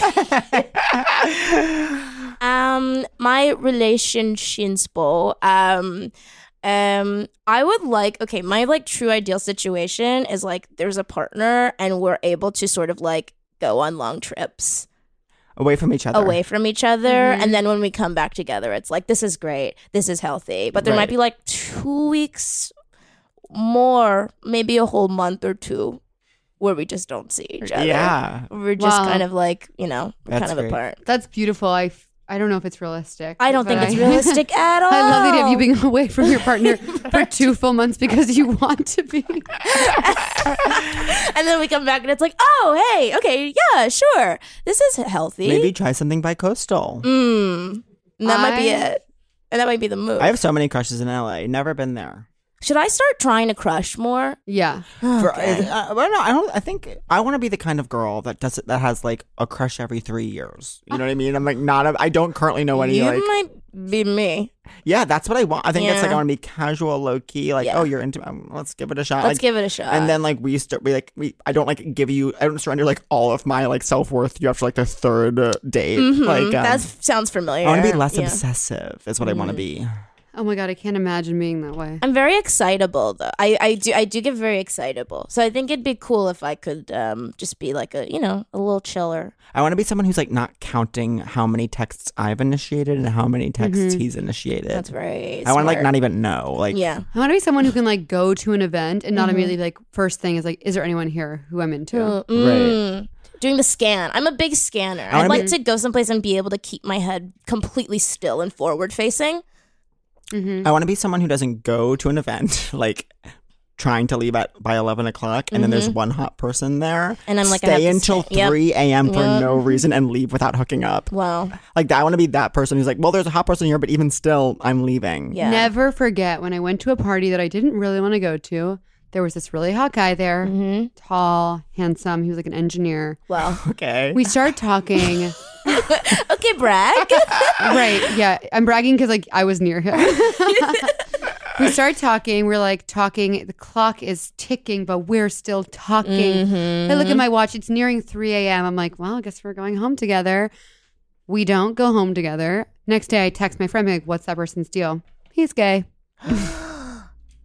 [SPEAKER 4] (laughs)
[SPEAKER 2] Um, my relationshipo. Um, um, I would like. Okay, my like true ideal situation is like there's a partner and we're able to sort of like go on long trips.
[SPEAKER 5] Away from each other. Mm-hmm.
[SPEAKER 2] away from each other and then when we come back together it's like this is great this is healthy but there
[SPEAKER 5] Right.
[SPEAKER 2] might be like two weeks more maybe a whole month or two where we just don't see each other
[SPEAKER 5] Yeah.
[SPEAKER 2] we're just
[SPEAKER 4] Wow.
[SPEAKER 2] kind of like you know we're
[SPEAKER 5] That's
[SPEAKER 2] kind of
[SPEAKER 5] great.
[SPEAKER 2] apart
[SPEAKER 4] That's beautiful. I, f- I don't know if it's realistic.
[SPEAKER 2] i don't
[SPEAKER 4] but
[SPEAKER 2] think it's
[SPEAKER 4] I-
[SPEAKER 2] realistic at
[SPEAKER 4] (laughs)
[SPEAKER 2] all
[SPEAKER 4] I love the idea of you being away from your
[SPEAKER 2] (laughs)
[SPEAKER 4] partner for two full months because you want to be.
[SPEAKER 2] and then we come back and it's like oh hey okay yeah sure this is healthy
[SPEAKER 5] Maybe try something by coastal.
[SPEAKER 2] mm. and that might be
[SPEAKER 4] I-
[SPEAKER 2] it and that might be the move
[SPEAKER 5] I have so many crushes in LA. Never been there.
[SPEAKER 2] should i start trying to crush more
[SPEAKER 4] Yeah.
[SPEAKER 2] Oh,
[SPEAKER 5] For, uh, well, no, I don't. I think I want to be the kind of girl that does it. That has like a crush every three years. You know what I mean? I'm like not. A, I don't currently know any.
[SPEAKER 2] you
[SPEAKER 5] like,
[SPEAKER 2] might be me
[SPEAKER 5] yeah, that's what I want. I think that's like I
[SPEAKER 2] Yeah.
[SPEAKER 5] want to be casual, low key. Like, oh, you're into. Um, let's give it a shot.
[SPEAKER 2] let's
[SPEAKER 5] like,
[SPEAKER 2] give it a shot
[SPEAKER 5] And then like we start. We like we. I don't like give you. I don't surrender like all of my like self worth. You after like the third uh, date. Like um,
[SPEAKER 2] that sounds familiar.
[SPEAKER 5] I want to be less
[SPEAKER 2] Mm-hmm. Yeah. Mm-hmm.
[SPEAKER 5] obsessive. Is what I want to be.
[SPEAKER 4] Oh my god, I can't imagine being that way.
[SPEAKER 2] I'm very excitable though. I, I do I do get very excitable. So I think it'd be cool if I could um just be like a you know a little chiller.
[SPEAKER 5] I want to be someone who's like not counting how many texts I've initiated and how many texts he's initiated.
[SPEAKER 2] Mm-hmm. That's very.
[SPEAKER 5] I want to like
[SPEAKER 2] smart.
[SPEAKER 5] not even know. Like
[SPEAKER 2] Yeah.
[SPEAKER 4] I want to be someone who can like go to an event and not
[SPEAKER 2] Mm-hmm.
[SPEAKER 4] immediately be like first thing is like, is there anyone here who I'm into?
[SPEAKER 2] Mm. Doing the scan. I'm a big scanner.
[SPEAKER 5] wanna
[SPEAKER 2] I'd like
[SPEAKER 5] be-
[SPEAKER 2] to go someplace and be able to keep my head completely still and forward facing.
[SPEAKER 5] I want to be someone who doesn't go to an event (laughs) like trying to leave at by eleven o'clock, and then there's one hot person there,
[SPEAKER 2] Mm-hmm. And I'm like, I have
[SPEAKER 5] stay
[SPEAKER 2] to
[SPEAKER 5] until
[SPEAKER 2] stay. Yep.
[SPEAKER 5] three a.m. for
[SPEAKER 2] Yep.
[SPEAKER 5] no reason and leave without hooking up.
[SPEAKER 2] Wow.
[SPEAKER 5] Like that, I want to be that person who's like, well, there's a hot person here, but even still, I'm leaving.
[SPEAKER 2] Yeah.
[SPEAKER 4] Never forget when I went to a party that I didn't really want to go to. there was this really hot guy there,
[SPEAKER 2] Mm-hmm.
[SPEAKER 4] tall, handsome. He was like an engineer.
[SPEAKER 2] Well,
[SPEAKER 5] Okay.
[SPEAKER 4] We started
[SPEAKER 2] (laughs)
[SPEAKER 4] talking.
[SPEAKER 2] okay,
[SPEAKER 4] (laughs)
[SPEAKER 2] brag.
[SPEAKER 4] right. Yeah. I'm bragging because like I was near
[SPEAKER 2] (laughs)
[SPEAKER 4] him. we start talking. We're like talking. The clock is ticking, but we're still talking. I look
[SPEAKER 2] Mm-hmm.
[SPEAKER 4] at my watch. It's nearing 3 a.m. I'm like, well, I guess we're going home together. We don't go home together. Next day, I text my friend, be like, what's that person's deal? He's gay.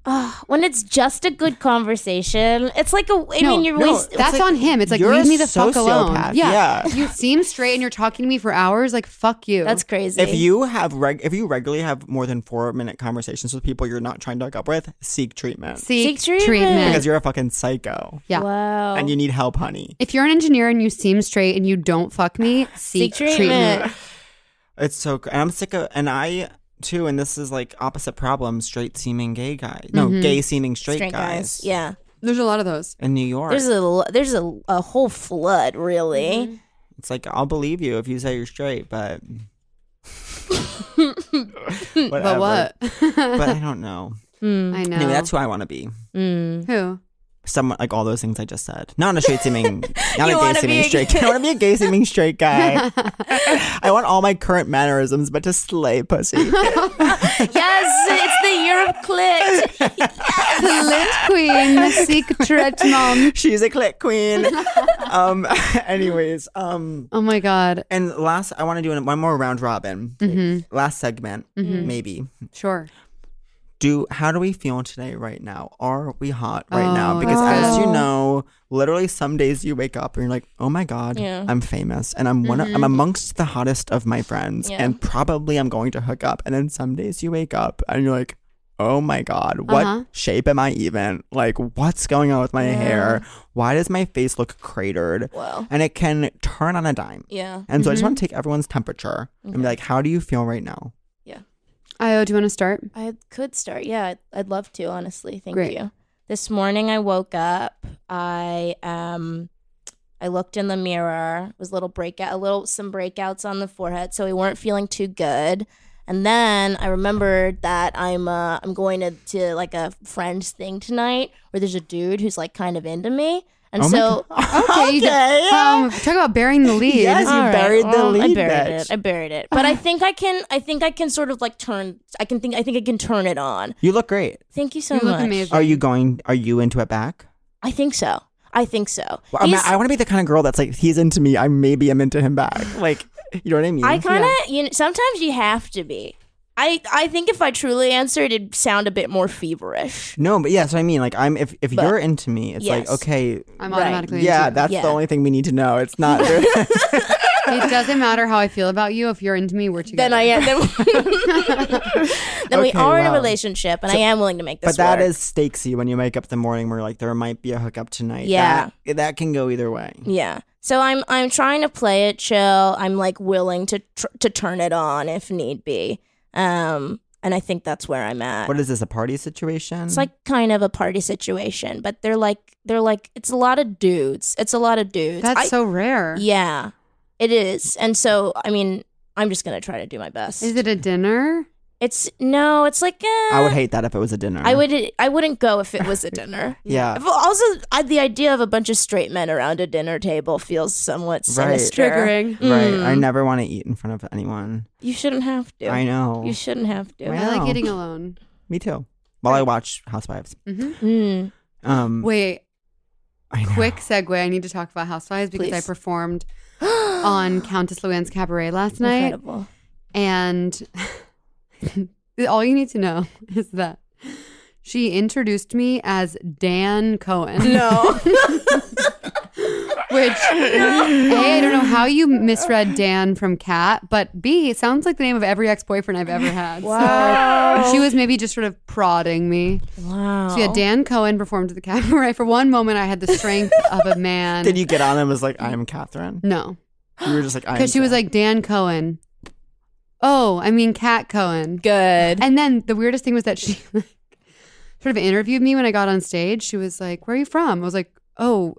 [SPEAKER 2] Oh, when it's just a good conversation, it's like a. I
[SPEAKER 4] No,
[SPEAKER 2] mean, you're
[SPEAKER 5] no,
[SPEAKER 2] wasting.
[SPEAKER 4] That's
[SPEAKER 5] like,
[SPEAKER 4] on him. It's like,
[SPEAKER 5] you're a
[SPEAKER 4] leave me the fuck alone.
[SPEAKER 5] sociopath.
[SPEAKER 4] Yeah.
[SPEAKER 5] Yeah.
[SPEAKER 4] You seem straight and you're talking to me for hours. Like, fuck you.
[SPEAKER 2] That's crazy.
[SPEAKER 5] If you have reg- if you regularly have more than four minute conversations with people you're not trying to hook up with, seek treatment
[SPEAKER 4] Seek,
[SPEAKER 2] Seek treatment.
[SPEAKER 4] treatment.
[SPEAKER 5] because you're a fucking psycho
[SPEAKER 4] yeah.
[SPEAKER 2] wow.
[SPEAKER 5] and you need help, honey.
[SPEAKER 4] If you're an engineer and you seem straight and you don't fuck
[SPEAKER 2] (sighs)
[SPEAKER 4] me, seek,
[SPEAKER 2] Seek
[SPEAKER 4] treatment.
[SPEAKER 2] treatment.
[SPEAKER 5] It's so cr- and I'm sick of and I too and this is like opposite problem straight seeming gay guys no gay seeming straight,
[SPEAKER 2] Mm-hmm. Straight
[SPEAKER 5] guys,
[SPEAKER 2] guys. Yeah.
[SPEAKER 4] There's a lot of those.
[SPEAKER 5] in New York
[SPEAKER 2] There's a l- there's a, a whole flood, really.
[SPEAKER 5] it's like I'll believe you if you say you're straight
[SPEAKER 2] (laughs)
[SPEAKER 5] but
[SPEAKER 4] But
[SPEAKER 5] Whatever.
[SPEAKER 2] (laughs)
[SPEAKER 4] what?
[SPEAKER 2] Mm.
[SPEAKER 5] but I don't know
[SPEAKER 4] I know.
[SPEAKER 5] anyway that's who I want to be
[SPEAKER 4] who. (laughs)
[SPEAKER 5] someone like all those things I just said. Not a straight
[SPEAKER 2] (laughs)
[SPEAKER 5] seeming, not
[SPEAKER 2] You
[SPEAKER 5] a
[SPEAKER 2] wanna
[SPEAKER 5] gay seeming
[SPEAKER 2] be a-
[SPEAKER 5] straight. Guy. (laughs) I want to be a gay seeming straight
[SPEAKER 2] (laughs)
[SPEAKER 5] guy. I want all my current mannerisms, but to slay
[SPEAKER 2] (laughs)
[SPEAKER 5] pussy.
[SPEAKER 2] Yes, it's the Europe click.
[SPEAKER 4] Lit queen,
[SPEAKER 2] (laughs)
[SPEAKER 4] seek treatment.
[SPEAKER 5] She's a click queen. um. (laughs) Anyways. Um.
[SPEAKER 4] (laughs) Oh my god.
[SPEAKER 5] And last, I want to do an- one more round robin. Last segment, maybe.
[SPEAKER 4] Sure.
[SPEAKER 5] do how do we feel today right now? Are we hot right
[SPEAKER 4] Oh,
[SPEAKER 5] now? Because
[SPEAKER 4] that's
[SPEAKER 5] as
[SPEAKER 2] good.
[SPEAKER 5] you know, literally some days you wake up and you're like, "Oh my god,
[SPEAKER 2] Yeah.
[SPEAKER 5] I'm famous and I'm one of, I'm amongst the hottest of my friends
[SPEAKER 2] Yeah.
[SPEAKER 5] and probably I'm going to hook up." And then some days you wake up and you're like, "Oh my god, what
[SPEAKER 4] Uh-huh.
[SPEAKER 5] shape am I even? Like what's going on with my hair? Why does my face look cratered?"
[SPEAKER 2] Wow.
[SPEAKER 5] And it can turn on a dime.
[SPEAKER 2] Yeah.
[SPEAKER 5] And so I just want to take everyone's temperature and be like, "How do you feel right now?"
[SPEAKER 4] Io, do you want to start?
[SPEAKER 2] I could start. Yeah, I'd, I'd love to, honestly. Thank
[SPEAKER 4] Great.
[SPEAKER 2] you. This morning I woke up. I um I looked in the mirror. It was a little breakout, a little some breakouts on the forehead, so we weren't feeling too good. And then I remembered that I'm uh, I'm going to, to like a friend's thing tonight where there's a dude who's like kind of into me. And
[SPEAKER 5] Oh my
[SPEAKER 2] so (laughs)
[SPEAKER 4] Okay. you-
[SPEAKER 5] (laughs) Okay.
[SPEAKER 4] um, talk about burying the lead.
[SPEAKER 5] Yes, you
[SPEAKER 2] All right,
[SPEAKER 5] buried the
[SPEAKER 2] well, I
[SPEAKER 5] lead,
[SPEAKER 2] buried
[SPEAKER 5] bitch.
[SPEAKER 2] it. I buried it.
[SPEAKER 5] (sighs)
[SPEAKER 2] But I think I can. I think I can sort of like turn. I can think. I think I can turn it on.
[SPEAKER 5] You look great.
[SPEAKER 2] Thank you so
[SPEAKER 4] You look
[SPEAKER 2] much.
[SPEAKER 4] amazing.
[SPEAKER 5] Are you going? Are you into it back?
[SPEAKER 2] I think so. I think so.
[SPEAKER 5] Well, I'm
[SPEAKER 2] He's-
[SPEAKER 5] not- I want to be the kind of girl that's like, he's into me. I maybe am into him back.
[SPEAKER 2] (laughs)
[SPEAKER 5] Like, you know what I mean?
[SPEAKER 2] I kind of. You know, sometimes you have to be. I I think if I truly answered, it'd sound a bit more feverish.
[SPEAKER 5] no, but yeah, so I mean, like, I'm if if
[SPEAKER 2] But-
[SPEAKER 5] you're into me, it's like
[SPEAKER 2] Yes.
[SPEAKER 5] okay,
[SPEAKER 4] I'm
[SPEAKER 2] Right.
[SPEAKER 4] automatically.
[SPEAKER 5] yeah,
[SPEAKER 4] into
[SPEAKER 5] that's
[SPEAKER 2] Yeah.
[SPEAKER 5] the only thing we need to know. It's
[SPEAKER 2] (laughs)
[SPEAKER 5] not.
[SPEAKER 4] you. It doesn't matter how I feel about you. If you're into me, we're together.
[SPEAKER 2] Then I am. Then, then we (laughs)
[SPEAKER 5] Okay,
[SPEAKER 2] are in a
[SPEAKER 5] wow.
[SPEAKER 2] relationship, and I am willing to make
[SPEAKER 5] (laughs)
[SPEAKER 2] this.
[SPEAKER 5] but that
[SPEAKER 2] work.
[SPEAKER 5] is stakesy when you wake up the morning. We're like, there might be a hookup tonight.
[SPEAKER 2] Yeah.
[SPEAKER 5] that, that can go either way.
[SPEAKER 2] Yeah. So I'm I'm trying to play it chill. I'm like willing to tr- to turn it on if need be. Um, and I think that's where I'm at.
[SPEAKER 5] What is this? A party situation?
[SPEAKER 2] It's like kind of a party situation, but they're like they're like it's a lot of dudes. It's a lot of dudes.
[SPEAKER 4] That's
[SPEAKER 2] I-
[SPEAKER 4] so rare.
[SPEAKER 2] yeah, it is. And so I mean, I'm just gonna try to do my best.
[SPEAKER 4] Is it a dinner?
[SPEAKER 2] It's no. It's like eh,
[SPEAKER 5] I would hate that if it was a dinner.
[SPEAKER 2] I would I wouldn't go if it
[SPEAKER 5] (laughs)
[SPEAKER 2] was a dinner.
[SPEAKER 5] Yeah.
[SPEAKER 2] But also, I, the idea of a bunch of straight men around a dinner table feels somewhat
[SPEAKER 5] Right.
[SPEAKER 2] sinister.
[SPEAKER 5] Right.
[SPEAKER 2] Mm.
[SPEAKER 5] I never want to eat in front of anyone.
[SPEAKER 2] You shouldn't have to.
[SPEAKER 5] I know.
[SPEAKER 2] You shouldn't have to.
[SPEAKER 5] Right.
[SPEAKER 4] I like
[SPEAKER 5] Wow.
[SPEAKER 4] eating alone.
[SPEAKER 5] Me too. While I watch Housewives.
[SPEAKER 4] Mhm.
[SPEAKER 2] Mm.
[SPEAKER 5] Um.
[SPEAKER 4] Wait,
[SPEAKER 5] I know.
[SPEAKER 4] quick segue. I need to talk about Housewives because I
[SPEAKER 2] Please.
[SPEAKER 4] performed on Countess Luann's cabaret last night.
[SPEAKER 2] Incredible.
[SPEAKER 4] And (laughs) all you need to know (laughs) is that she introduced me as Dan Cohen.
[SPEAKER 2] No.
[SPEAKER 4] (laughs) Which, A, I don't know how you misread Dan from Cat, but B, it sounds like the name of every ex boyfriend I've ever had. Wow. she was maybe just sort of prodding me.
[SPEAKER 2] (laughs) wow.
[SPEAKER 4] So, yeah, Dan Cohen performed at the cabaret. For one moment, I had the strength of a man.
[SPEAKER 5] Did you get on and was like, I'm Catherine?
[SPEAKER 4] No.
[SPEAKER 5] You were just
[SPEAKER 4] (gasps)
[SPEAKER 5] like, I'm.
[SPEAKER 4] Because she was
[SPEAKER 5] Sarah."
[SPEAKER 4] like, Dan Cohen. Oh, I mean, Cat Cohen.
[SPEAKER 2] Good.
[SPEAKER 4] And then the weirdest thing was that she (laughs) like, sort of interviewed me when I got on stage. She was like, "Where are you from?" I was like, "Oh,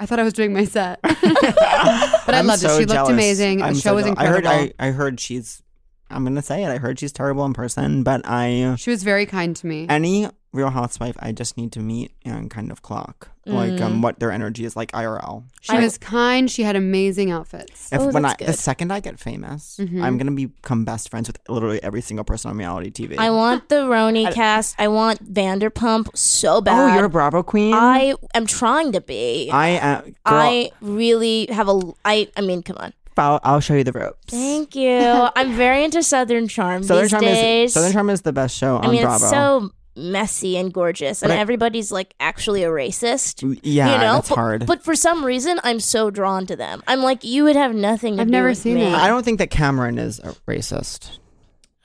[SPEAKER 4] I thought I was doing my set." (laughs) but I
[SPEAKER 5] I'm
[SPEAKER 4] loved
[SPEAKER 5] so
[SPEAKER 4] it. She looked
[SPEAKER 5] jealous.
[SPEAKER 4] amazing.
[SPEAKER 5] I'm
[SPEAKER 4] the
[SPEAKER 5] so
[SPEAKER 4] show was
[SPEAKER 5] jealous.
[SPEAKER 4] incredible.
[SPEAKER 5] I heard, I, I heard she's, I'm going to say it. I heard she's terrible in person, but I,
[SPEAKER 4] she was very kind to me.
[SPEAKER 5] any Real Housewife, I just need to meet and kind of clock like
[SPEAKER 4] Mm.
[SPEAKER 5] um, what their energy is like IRL.
[SPEAKER 4] She was kind. She had amazing outfits.
[SPEAKER 5] If
[SPEAKER 2] Oh,
[SPEAKER 5] when I
[SPEAKER 2] that's
[SPEAKER 5] the
[SPEAKER 2] good.
[SPEAKER 5] second I get famous,
[SPEAKER 4] Mm-hmm.
[SPEAKER 5] I'm gonna become best friends with literally every single person on reality TV.
[SPEAKER 2] I want the Roni cast. I want Vanderpump so bad.
[SPEAKER 5] oh, you're a Bravo queen.
[SPEAKER 2] I am trying to be.
[SPEAKER 5] I
[SPEAKER 2] I,
[SPEAKER 5] am. Girl,
[SPEAKER 2] really have a. I I mean, come on.
[SPEAKER 5] I'll, I'll show you the ropes.
[SPEAKER 2] (laughs) Thank you. I'm very into Southern Charm
[SPEAKER 5] Southern
[SPEAKER 2] these
[SPEAKER 5] Charm
[SPEAKER 2] days.
[SPEAKER 5] is Southern Charm is the best show on
[SPEAKER 2] I mean,
[SPEAKER 5] Bravo.
[SPEAKER 2] it's so messy and gorgeous, and
[SPEAKER 5] But I- Mm,
[SPEAKER 2] everybody's like actually a racist.
[SPEAKER 5] yeah,
[SPEAKER 2] you know,
[SPEAKER 5] that's
[SPEAKER 2] but,
[SPEAKER 5] hard.
[SPEAKER 2] But for some reason, I'm so drawn to them. I'm like, you would have nothing. To
[SPEAKER 4] I've
[SPEAKER 2] do
[SPEAKER 4] never
[SPEAKER 2] with
[SPEAKER 4] seen
[SPEAKER 2] me.
[SPEAKER 4] that.
[SPEAKER 5] I don't think that Cameron is a racist.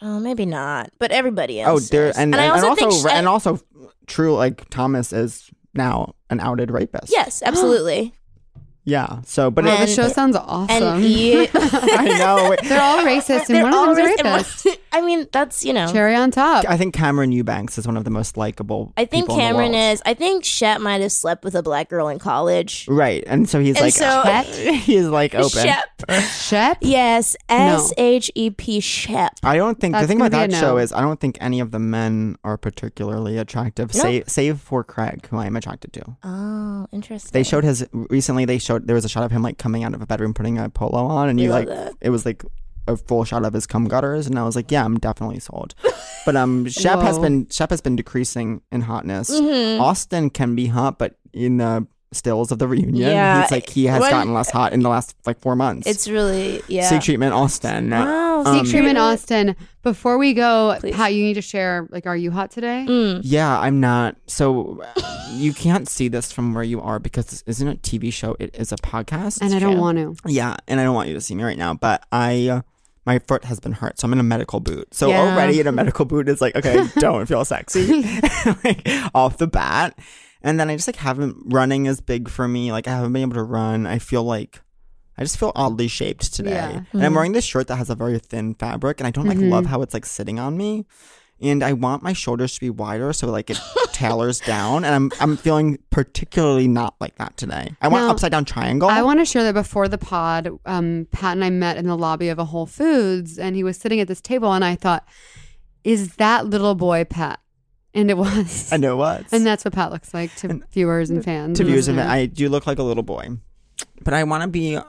[SPEAKER 2] Oh, maybe not. But everybody
[SPEAKER 5] Oh,
[SPEAKER 2] else.
[SPEAKER 5] there
[SPEAKER 2] is.
[SPEAKER 5] and, and, and also,
[SPEAKER 2] sh-
[SPEAKER 5] and also true like Thomas is now an outed rapist.
[SPEAKER 2] yes,
[SPEAKER 4] (gasps)
[SPEAKER 2] absolutely.
[SPEAKER 5] Yeah. So, but
[SPEAKER 2] (laughs)
[SPEAKER 4] Wow, the
[SPEAKER 2] And-
[SPEAKER 4] show sounds awesome.
[SPEAKER 2] And you,
[SPEAKER 4] (laughs)
[SPEAKER 5] I know. wait.
[SPEAKER 4] They're all racist, and
[SPEAKER 2] they're
[SPEAKER 4] one of
[SPEAKER 2] all
[SPEAKER 4] them's a
[SPEAKER 2] racist. and
[SPEAKER 4] rapist.
[SPEAKER 2] one- (laughs) I mean, that's you know.
[SPEAKER 4] Cherry on top.
[SPEAKER 5] I think Cameron Eubanks is one of the most likable.
[SPEAKER 2] I think
[SPEAKER 5] people in the
[SPEAKER 2] Cameron
[SPEAKER 5] world.
[SPEAKER 2] is. I think Shep might have slept with a black girl in college.
[SPEAKER 5] right, and so he's
[SPEAKER 2] And
[SPEAKER 5] like
[SPEAKER 2] so-
[SPEAKER 5] (laughs) he's
[SPEAKER 2] (laughs)
[SPEAKER 5] like open. (laughs)
[SPEAKER 2] Shep.
[SPEAKER 4] Shep.
[SPEAKER 2] Yes, S H E P Shep.
[SPEAKER 5] I don't think the
[SPEAKER 4] That's
[SPEAKER 5] thing about
[SPEAKER 4] gonna
[SPEAKER 5] that
[SPEAKER 4] be a no.
[SPEAKER 5] show is I don't think any of the men are particularly attractive, save save for Craig, who I am attracted to.
[SPEAKER 2] Oh, interesting.
[SPEAKER 5] They showed his recently. They showed there was a shot of him like coming out of a bedroom, putting a polo on, and you
[SPEAKER 2] love
[SPEAKER 5] like it was like a full shot of his cum gutters, and I was like, yeah, I'm definitely sold. But
[SPEAKER 2] (laughs)
[SPEAKER 5] um, Shep has
[SPEAKER 4] Whoa.
[SPEAKER 5] been Shep has been decreasing in hotness.
[SPEAKER 2] Mm-hmm.
[SPEAKER 5] Austin can be hot, but in the stills of the reunion,
[SPEAKER 2] Yeah,
[SPEAKER 5] he's like he has
[SPEAKER 2] when-
[SPEAKER 5] gotten less hot in the last like four months.
[SPEAKER 2] It's really yeah. Oh,
[SPEAKER 5] Seek treatment, Austin.
[SPEAKER 2] Wow,
[SPEAKER 4] Seek
[SPEAKER 5] Um,
[SPEAKER 4] treatment, Austin. Before we go,
[SPEAKER 2] Please.
[SPEAKER 4] Pat, you need to share. Like, are you hot today?
[SPEAKER 5] Yeah, I'm not. So uh, you can't see this from where you are because this isn't a TV show. It is a podcast.
[SPEAKER 4] and I don't want to.
[SPEAKER 5] yeah, and I don't want you to see me right now. But I, uh, my foot has been hurt, so I'm in a medical boot. So
[SPEAKER 4] Yeah.
[SPEAKER 5] already in a medical boot is like,
[SPEAKER 4] (laughs)
[SPEAKER 5] okay, I don't feel sexy, (laughs) like off the bat. And then I just like haven't running is big for me. Like I haven't been able to run. I feel like. I just feel oddly shaped today.
[SPEAKER 4] Yeah. Mm-hmm.
[SPEAKER 5] And I'm wearing this shirt that has a very thin fabric and I don't like love how it's like sitting on me and I want my shoulders to be wider so like it
[SPEAKER 4] (laughs)
[SPEAKER 5] tailors down. And I'm I'm feeling particularly not like that today. I want
[SPEAKER 4] Now,
[SPEAKER 5] upside down triangle.
[SPEAKER 4] I want to share that before the pod, um, Pat and I met in the lobby of a Whole Foods, and he was sitting at this table, and I thought, "Is that little boy Pat?" And it (laughs) was.
[SPEAKER 5] I know what.
[SPEAKER 4] And that's what Pat looks like to viewers and fans.
[SPEAKER 5] to views, and
[SPEAKER 4] listeners.
[SPEAKER 5] I do look like a little boy, but I want to be.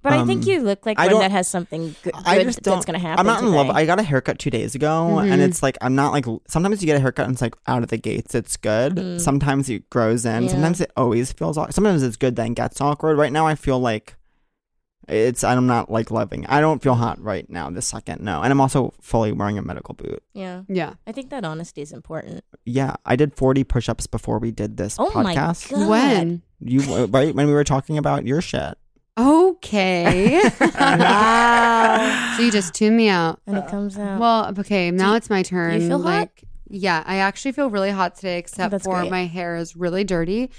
[SPEAKER 2] but I
[SPEAKER 5] um,
[SPEAKER 2] think you look like
[SPEAKER 5] I
[SPEAKER 2] one
[SPEAKER 5] don't-
[SPEAKER 2] that has something good,
[SPEAKER 5] I
[SPEAKER 2] good
[SPEAKER 5] just don't.
[SPEAKER 2] that's going to happen.
[SPEAKER 5] I'm not in love.
[SPEAKER 2] today. Mm-hmm.
[SPEAKER 5] I got a haircut two days ago, and it's like I'm not like. Sometimes you get a haircut and it's like out of the gates, it's good. Sometimes it grows in.
[SPEAKER 2] Mm-hmm. Yeah.
[SPEAKER 5] Sometimes it always feels. awkward. Sometimes it's good then gets awkward. Right now, I feel like it's. I'm not like loving. I don't feel hot right now. This second, no, and I'm also fully wearing a medical boot.
[SPEAKER 2] yeah,
[SPEAKER 4] yeah.
[SPEAKER 2] I think that honesty is important.
[SPEAKER 5] Yeah, I did 40 push-ups before we did this
[SPEAKER 2] Oh my
[SPEAKER 5] podcast.
[SPEAKER 2] God.
[SPEAKER 4] When?
[SPEAKER 5] You right when we were talking about your shit.
[SPEAKER 4] Okay.
[SPEAKER 2] Wow.
[SPEAKER 4] (laughs) so you just tune me out.
[SPEAKER 2] and it comes out.
[SPEAKER 4] Well, okay, now it's my turn.
[SPEAKER 2] Um, you feel hot?
[SPEAKER 4] like yeah, I actually feel really hot today except
[SPEAKER 2] That's
[SPEAKER 4] for
[SPEAKER 2] great.
[SPEAKER 4] my hair is really dirty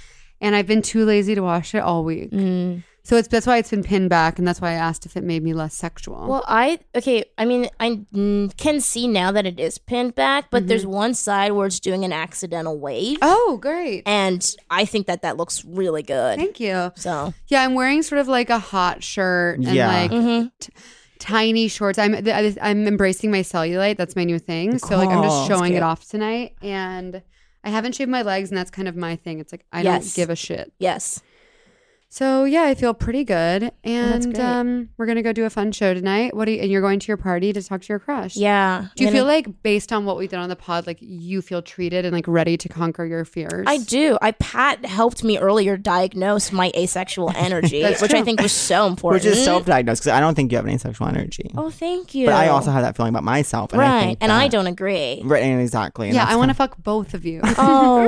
[SPEAKER 4] and I've been too lazy to wash it all week.
[SPEAKER 2] Mm.
[SPEAKER 4] So it's that's why it's been pinned back and that's why I asked if it made me less sexual.
[SPEAKER 2] Well, I okay. I mean, I mm, can see now that it is pinned back, but there's one side where it's doing an accidental wave,
[SPEAKER 4] oh, great.
[SPEAKER 2] and I think that that looks really good.
[SPEAKER 4] Thank you.
[SPEAKER 2] So
[SPEAKER 4] Yeah, I'm wearing sort of like a hot shirt and
[SPEAKER 5] Yeah.
[SPEAKER 4] like
[SPEAKER 2] Mm-hmm.
[SPEAKER 4] t- tiny shorts. I'm th- I'm embracing my cellulite. That's my new thing. So like I'm
[SPEAKER 5] Cool.
[SPEAKER 4] just showing it
[SPEAKER 2] cute.
[SPEAKER 4] off tonight and I haven't shaved my legs and that's kind of my thing. It's like I
[SPEAKER 2] Yes.
[SPEAKER 4] don't give a shit.
[SPEAKER 2] yes,
[SPEAKER 4] So yeah, I feel pretty good, and
[SPEAKER 2] great.
[SPEAKER 4] um, we're gonna go do a fun show tonight. What? Are you, and you're going to your party to talk to your crush?
[SPEAKER 2] yeah.
[SPEAKER 4] Do you
[SPEAKER 2] I'm gonna-
[SPEAKER 4] feel like based on what we did on the pod, like you feel treated and like ready to conquer your fears?
[SPEAKER 2] I do. I Pat helped me earlier diagnose my
[SPEAKER 5] (laughs)
[SPEAKER 2] asexual energy, which I think was so important.
[SPEAKER 5] Which is self-diagnosed because I don't think you have any sexual energy.
[SPEAKER 2] Oh, thank you.
[SPEAKER 5] but I also have that feeling about myself. And I
[SPEAKER 2] right,
[SPEAKER 5] think
[SPEAKER 2] and I
[SPEAKER 5] that-
[SPEAKER 2] don't agree.
[SPEAKER 5] (laughs) Right, and exactly. and
[SPEAKER 4] Yeah,
[SPEAKER 5] that's
[SPEAKER 4] I want to
[SPEAKER 5] kind
[SPEAKER 4] fuck both of
[SPEAKER 2] (laughs)
[SPEAKER 4] you.
[SPEAKER 2] Oh,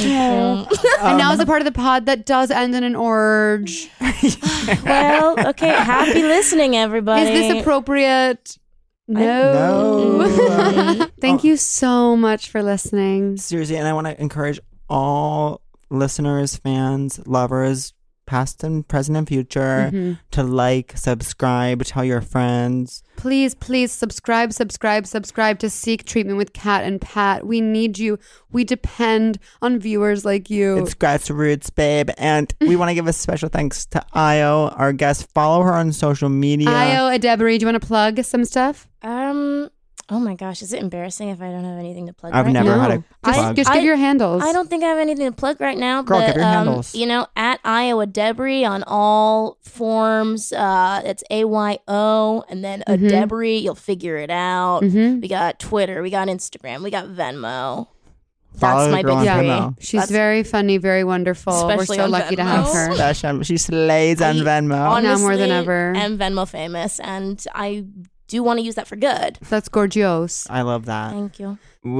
[SPEAKER 4] and
[SPEAKER 2] Um,
[SPEAKER 4] now is a part of the pod that does end in an orge.
[SPEAKER 2] well, okay.
[SPEAKER 5] (laughs)
[SPEAKER 2] Happy listening, everybody.
[SPEAKER 4] Is this appropriate? No.
[SPEAKER 2] (laughs)
[SPEAKER 5] No.
[SPEAKER 4] Thank you so much for listening.
[SPEAKER 5] of- seriously, and I want to encourage all listeners, fans, lovers, past and present and future,
[SPEAKER 2] Mm-hmm.
[SPEAKER 5] to like, subscribe, tell your friends.
[SPEAKER 4] Please, please subscribe, subscribe, subscribe to Seek Treatment with Kat and Pat. We need you. We depend on viewers like you.
[SPEAKER 5] It's grassroots, babe, and we want to give a special thanks to Io, our
[SPEAKER 4] uh,
[SPEAKER 5] guest. Follow her on social media.
[SPEAKER 4] Io Adebri, do you want to plug some stuff?
[SPEAKER 2] Um, Oh my gosh, is it embarrassing if I don't have anything to plug?
[SPEAKER 5] I've
[SPEAKER 2] right
[SPEAKER 5] never
[SPEAKER 2] Now?
[SPEAKER 5] had
[SPEAKER 4] No.
[SPEAKER 5] a
[SPEAKER 4] Just,
[SPEAKER 5] plug.
[SPEAKER 4] just give
[SPEAKER 2] I-
[SPEAKER 4] your handles.
[SPEAKER 2] I don't think I have anything to plug right now,
[SPEAKER 5] Girl,
[SPEAKER 2] but
[SPEAKER 5] give your
[SPEAKER 2] um,
[SPEAKER 5] handles.
[SPEAKER 2] you know, at Iowa Debris on all forms. Uh, it's A Y O, and then a
[SPEAKER 5] Mm-hmm.
[SPEAKER 4] Mhm.
[SPEAKER 2] Debris. You'll figure it out.
[SPEAKER 4] Mhm.
[SPEAKER 2] We got Twitter. We got Instagram. We got Venmo.
[SPEAKER 5] Follow
[SPEAKER 2] That's my
[SPEAKER 5] the girl
[SPEAKER 2] big
[SPEAKER 5] on
[SPEAKER 4] Yeah.
[SPEAKER 2] three.
[SPEAKER 5] Venmo.
[SPEAKER 4] She's
[SPEAKER 2] That's-
[SPEAKER 4] very funny, very wonderful. We're
[SPEAKER 2] Especially
[SPEAKER 4] so
[SPEAKER 2] on
[SPEAKER 4] lucky to have
[SPEAKER 2] Venmo. (laughs)
[SPEAKER 4] her.
[SPEAKER 5] Special. She slays on
[SPEAKER 2] I-
[SPEAKER 5] Venmo.
[SPEAKER 4] now more than ever.
[SPEAKER 2] I'm Venmo famous, and I do want to use that for good.
[SPEAKER 4] That's gorgeous.
[SPEAKER 5] I love that.
[SPEAKER 2] Thank you.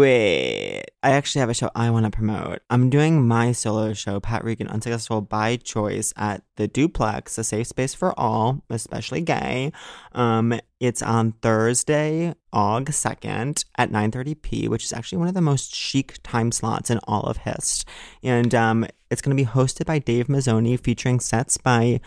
[SPEAKER 5] Wait, I actually have a show I want to promote. I'm doing my solo show, Pat Regan Unsuccessful by Choice, at the Duplex, a safe space for all, especially gay. Um, it's on Thursday, August second at 9:30 p, which is actually one of the most chic time slots in all of Hist, and um, it's going to be hosted by Dave Mazzoni, featuring sets by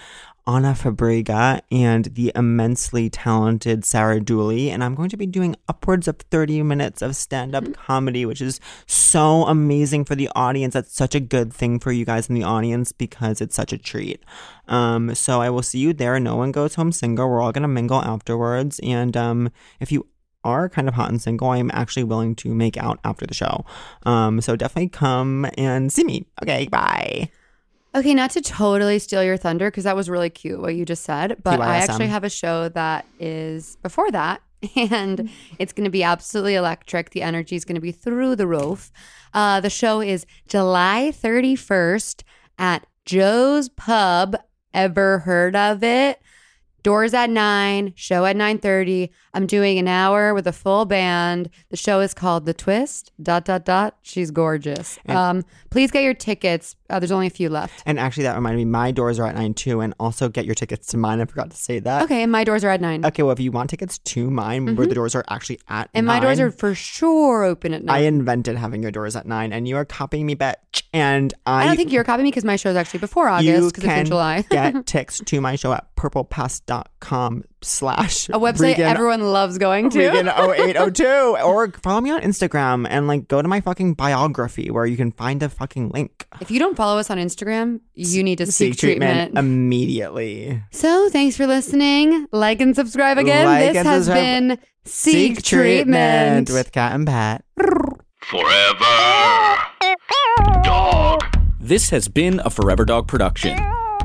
[SPEAKER 5] Anna Fabrega and the immensely talented Sarah Dooley. And I'm going to be doing upwards of 30 minutes of stand up comedy, which is so amazing for the audience. That's such a good thing for you guys in the audience because it's such a treat. Um, so I will see you there. No one goes home single. We're all going to mingle afterwards. And um, if you are kind of hot and single, I'm actually willing to make out after the show. Um, so definitely come and see me. Okay, bye.
[SPEAKER 4] Okay, not to totally steal your thunder because that was really cute what you just said, but I
[SPEAKER 5] TYSM.
[SPEAKER 4] actually have a show that is before that, (laughs) and it's going to be absolutely electric. The energy is going to be through the roof. Uh, the show is July 31st at Joe's Pub. Ever heard of it? Doors at 9, show at 9:30. I'm doing an hour with a full band. The show is called The Twist. dot dot dot. She's gorgeous. Um please get your tickets. Uh, there's only a few left.
[SPEAKER 5] And actually, that reminded me, my doors are at 9 too. And also get your tickets to mine. I forgot to say that.
[SPEAKER 4] Okay, and my doors are at 9.
[SPEAKER 5] Okay, well, if you want tickets to mine, where the doors are actually at
[SPEAKER 4] And my doors
[SPEAKER 5] 9,
[SPEAKER 4] are for sure open at 9.
[SPEAKER 5] I
[SPEAKER 4] I,
[SPEAKER 5] invented having your doors at 9, and you are copying me, bitch. And I.
[SPEAKER 4] don't think you're copying me because my show's actually before August
[SPEAKER 5] you
[SPEAKER 4] because it's
[SPEAKER 5] can
[SPEAKER 4] in July. (laughs)
[SPEAKER 5] get tickets to my show at purplepass.com slash
[SPEAKER 4] a website everyone loves going to.
[SPEAKER 5] Regan 0802
[SPEAKER 4] (laughs)
[SPEAKER 5] or follow me on Instagram and like go to my fucking biography where you can find a fucking link.
[SPEAKER 4] If you don't follow us on Instagram, you need to seek, treatment.
[SPEAKER 5] immediately.
[SPEAKER 4] so thanks for listening. Like and subscribe again.
[SPEAKER 5] Like
[SPEAKER 4] this
[SPEAKER 5] and
[SPEAKER 4] has
[SPEAKER 5] subscribe.
[SPEAKER 4] been Seek, treatment.
[SPEAKER 5] with Cat and Pat.
[SPEAKER 6] Forever. Dog.
[SPEAKER 7] This has been a Forever Dog production.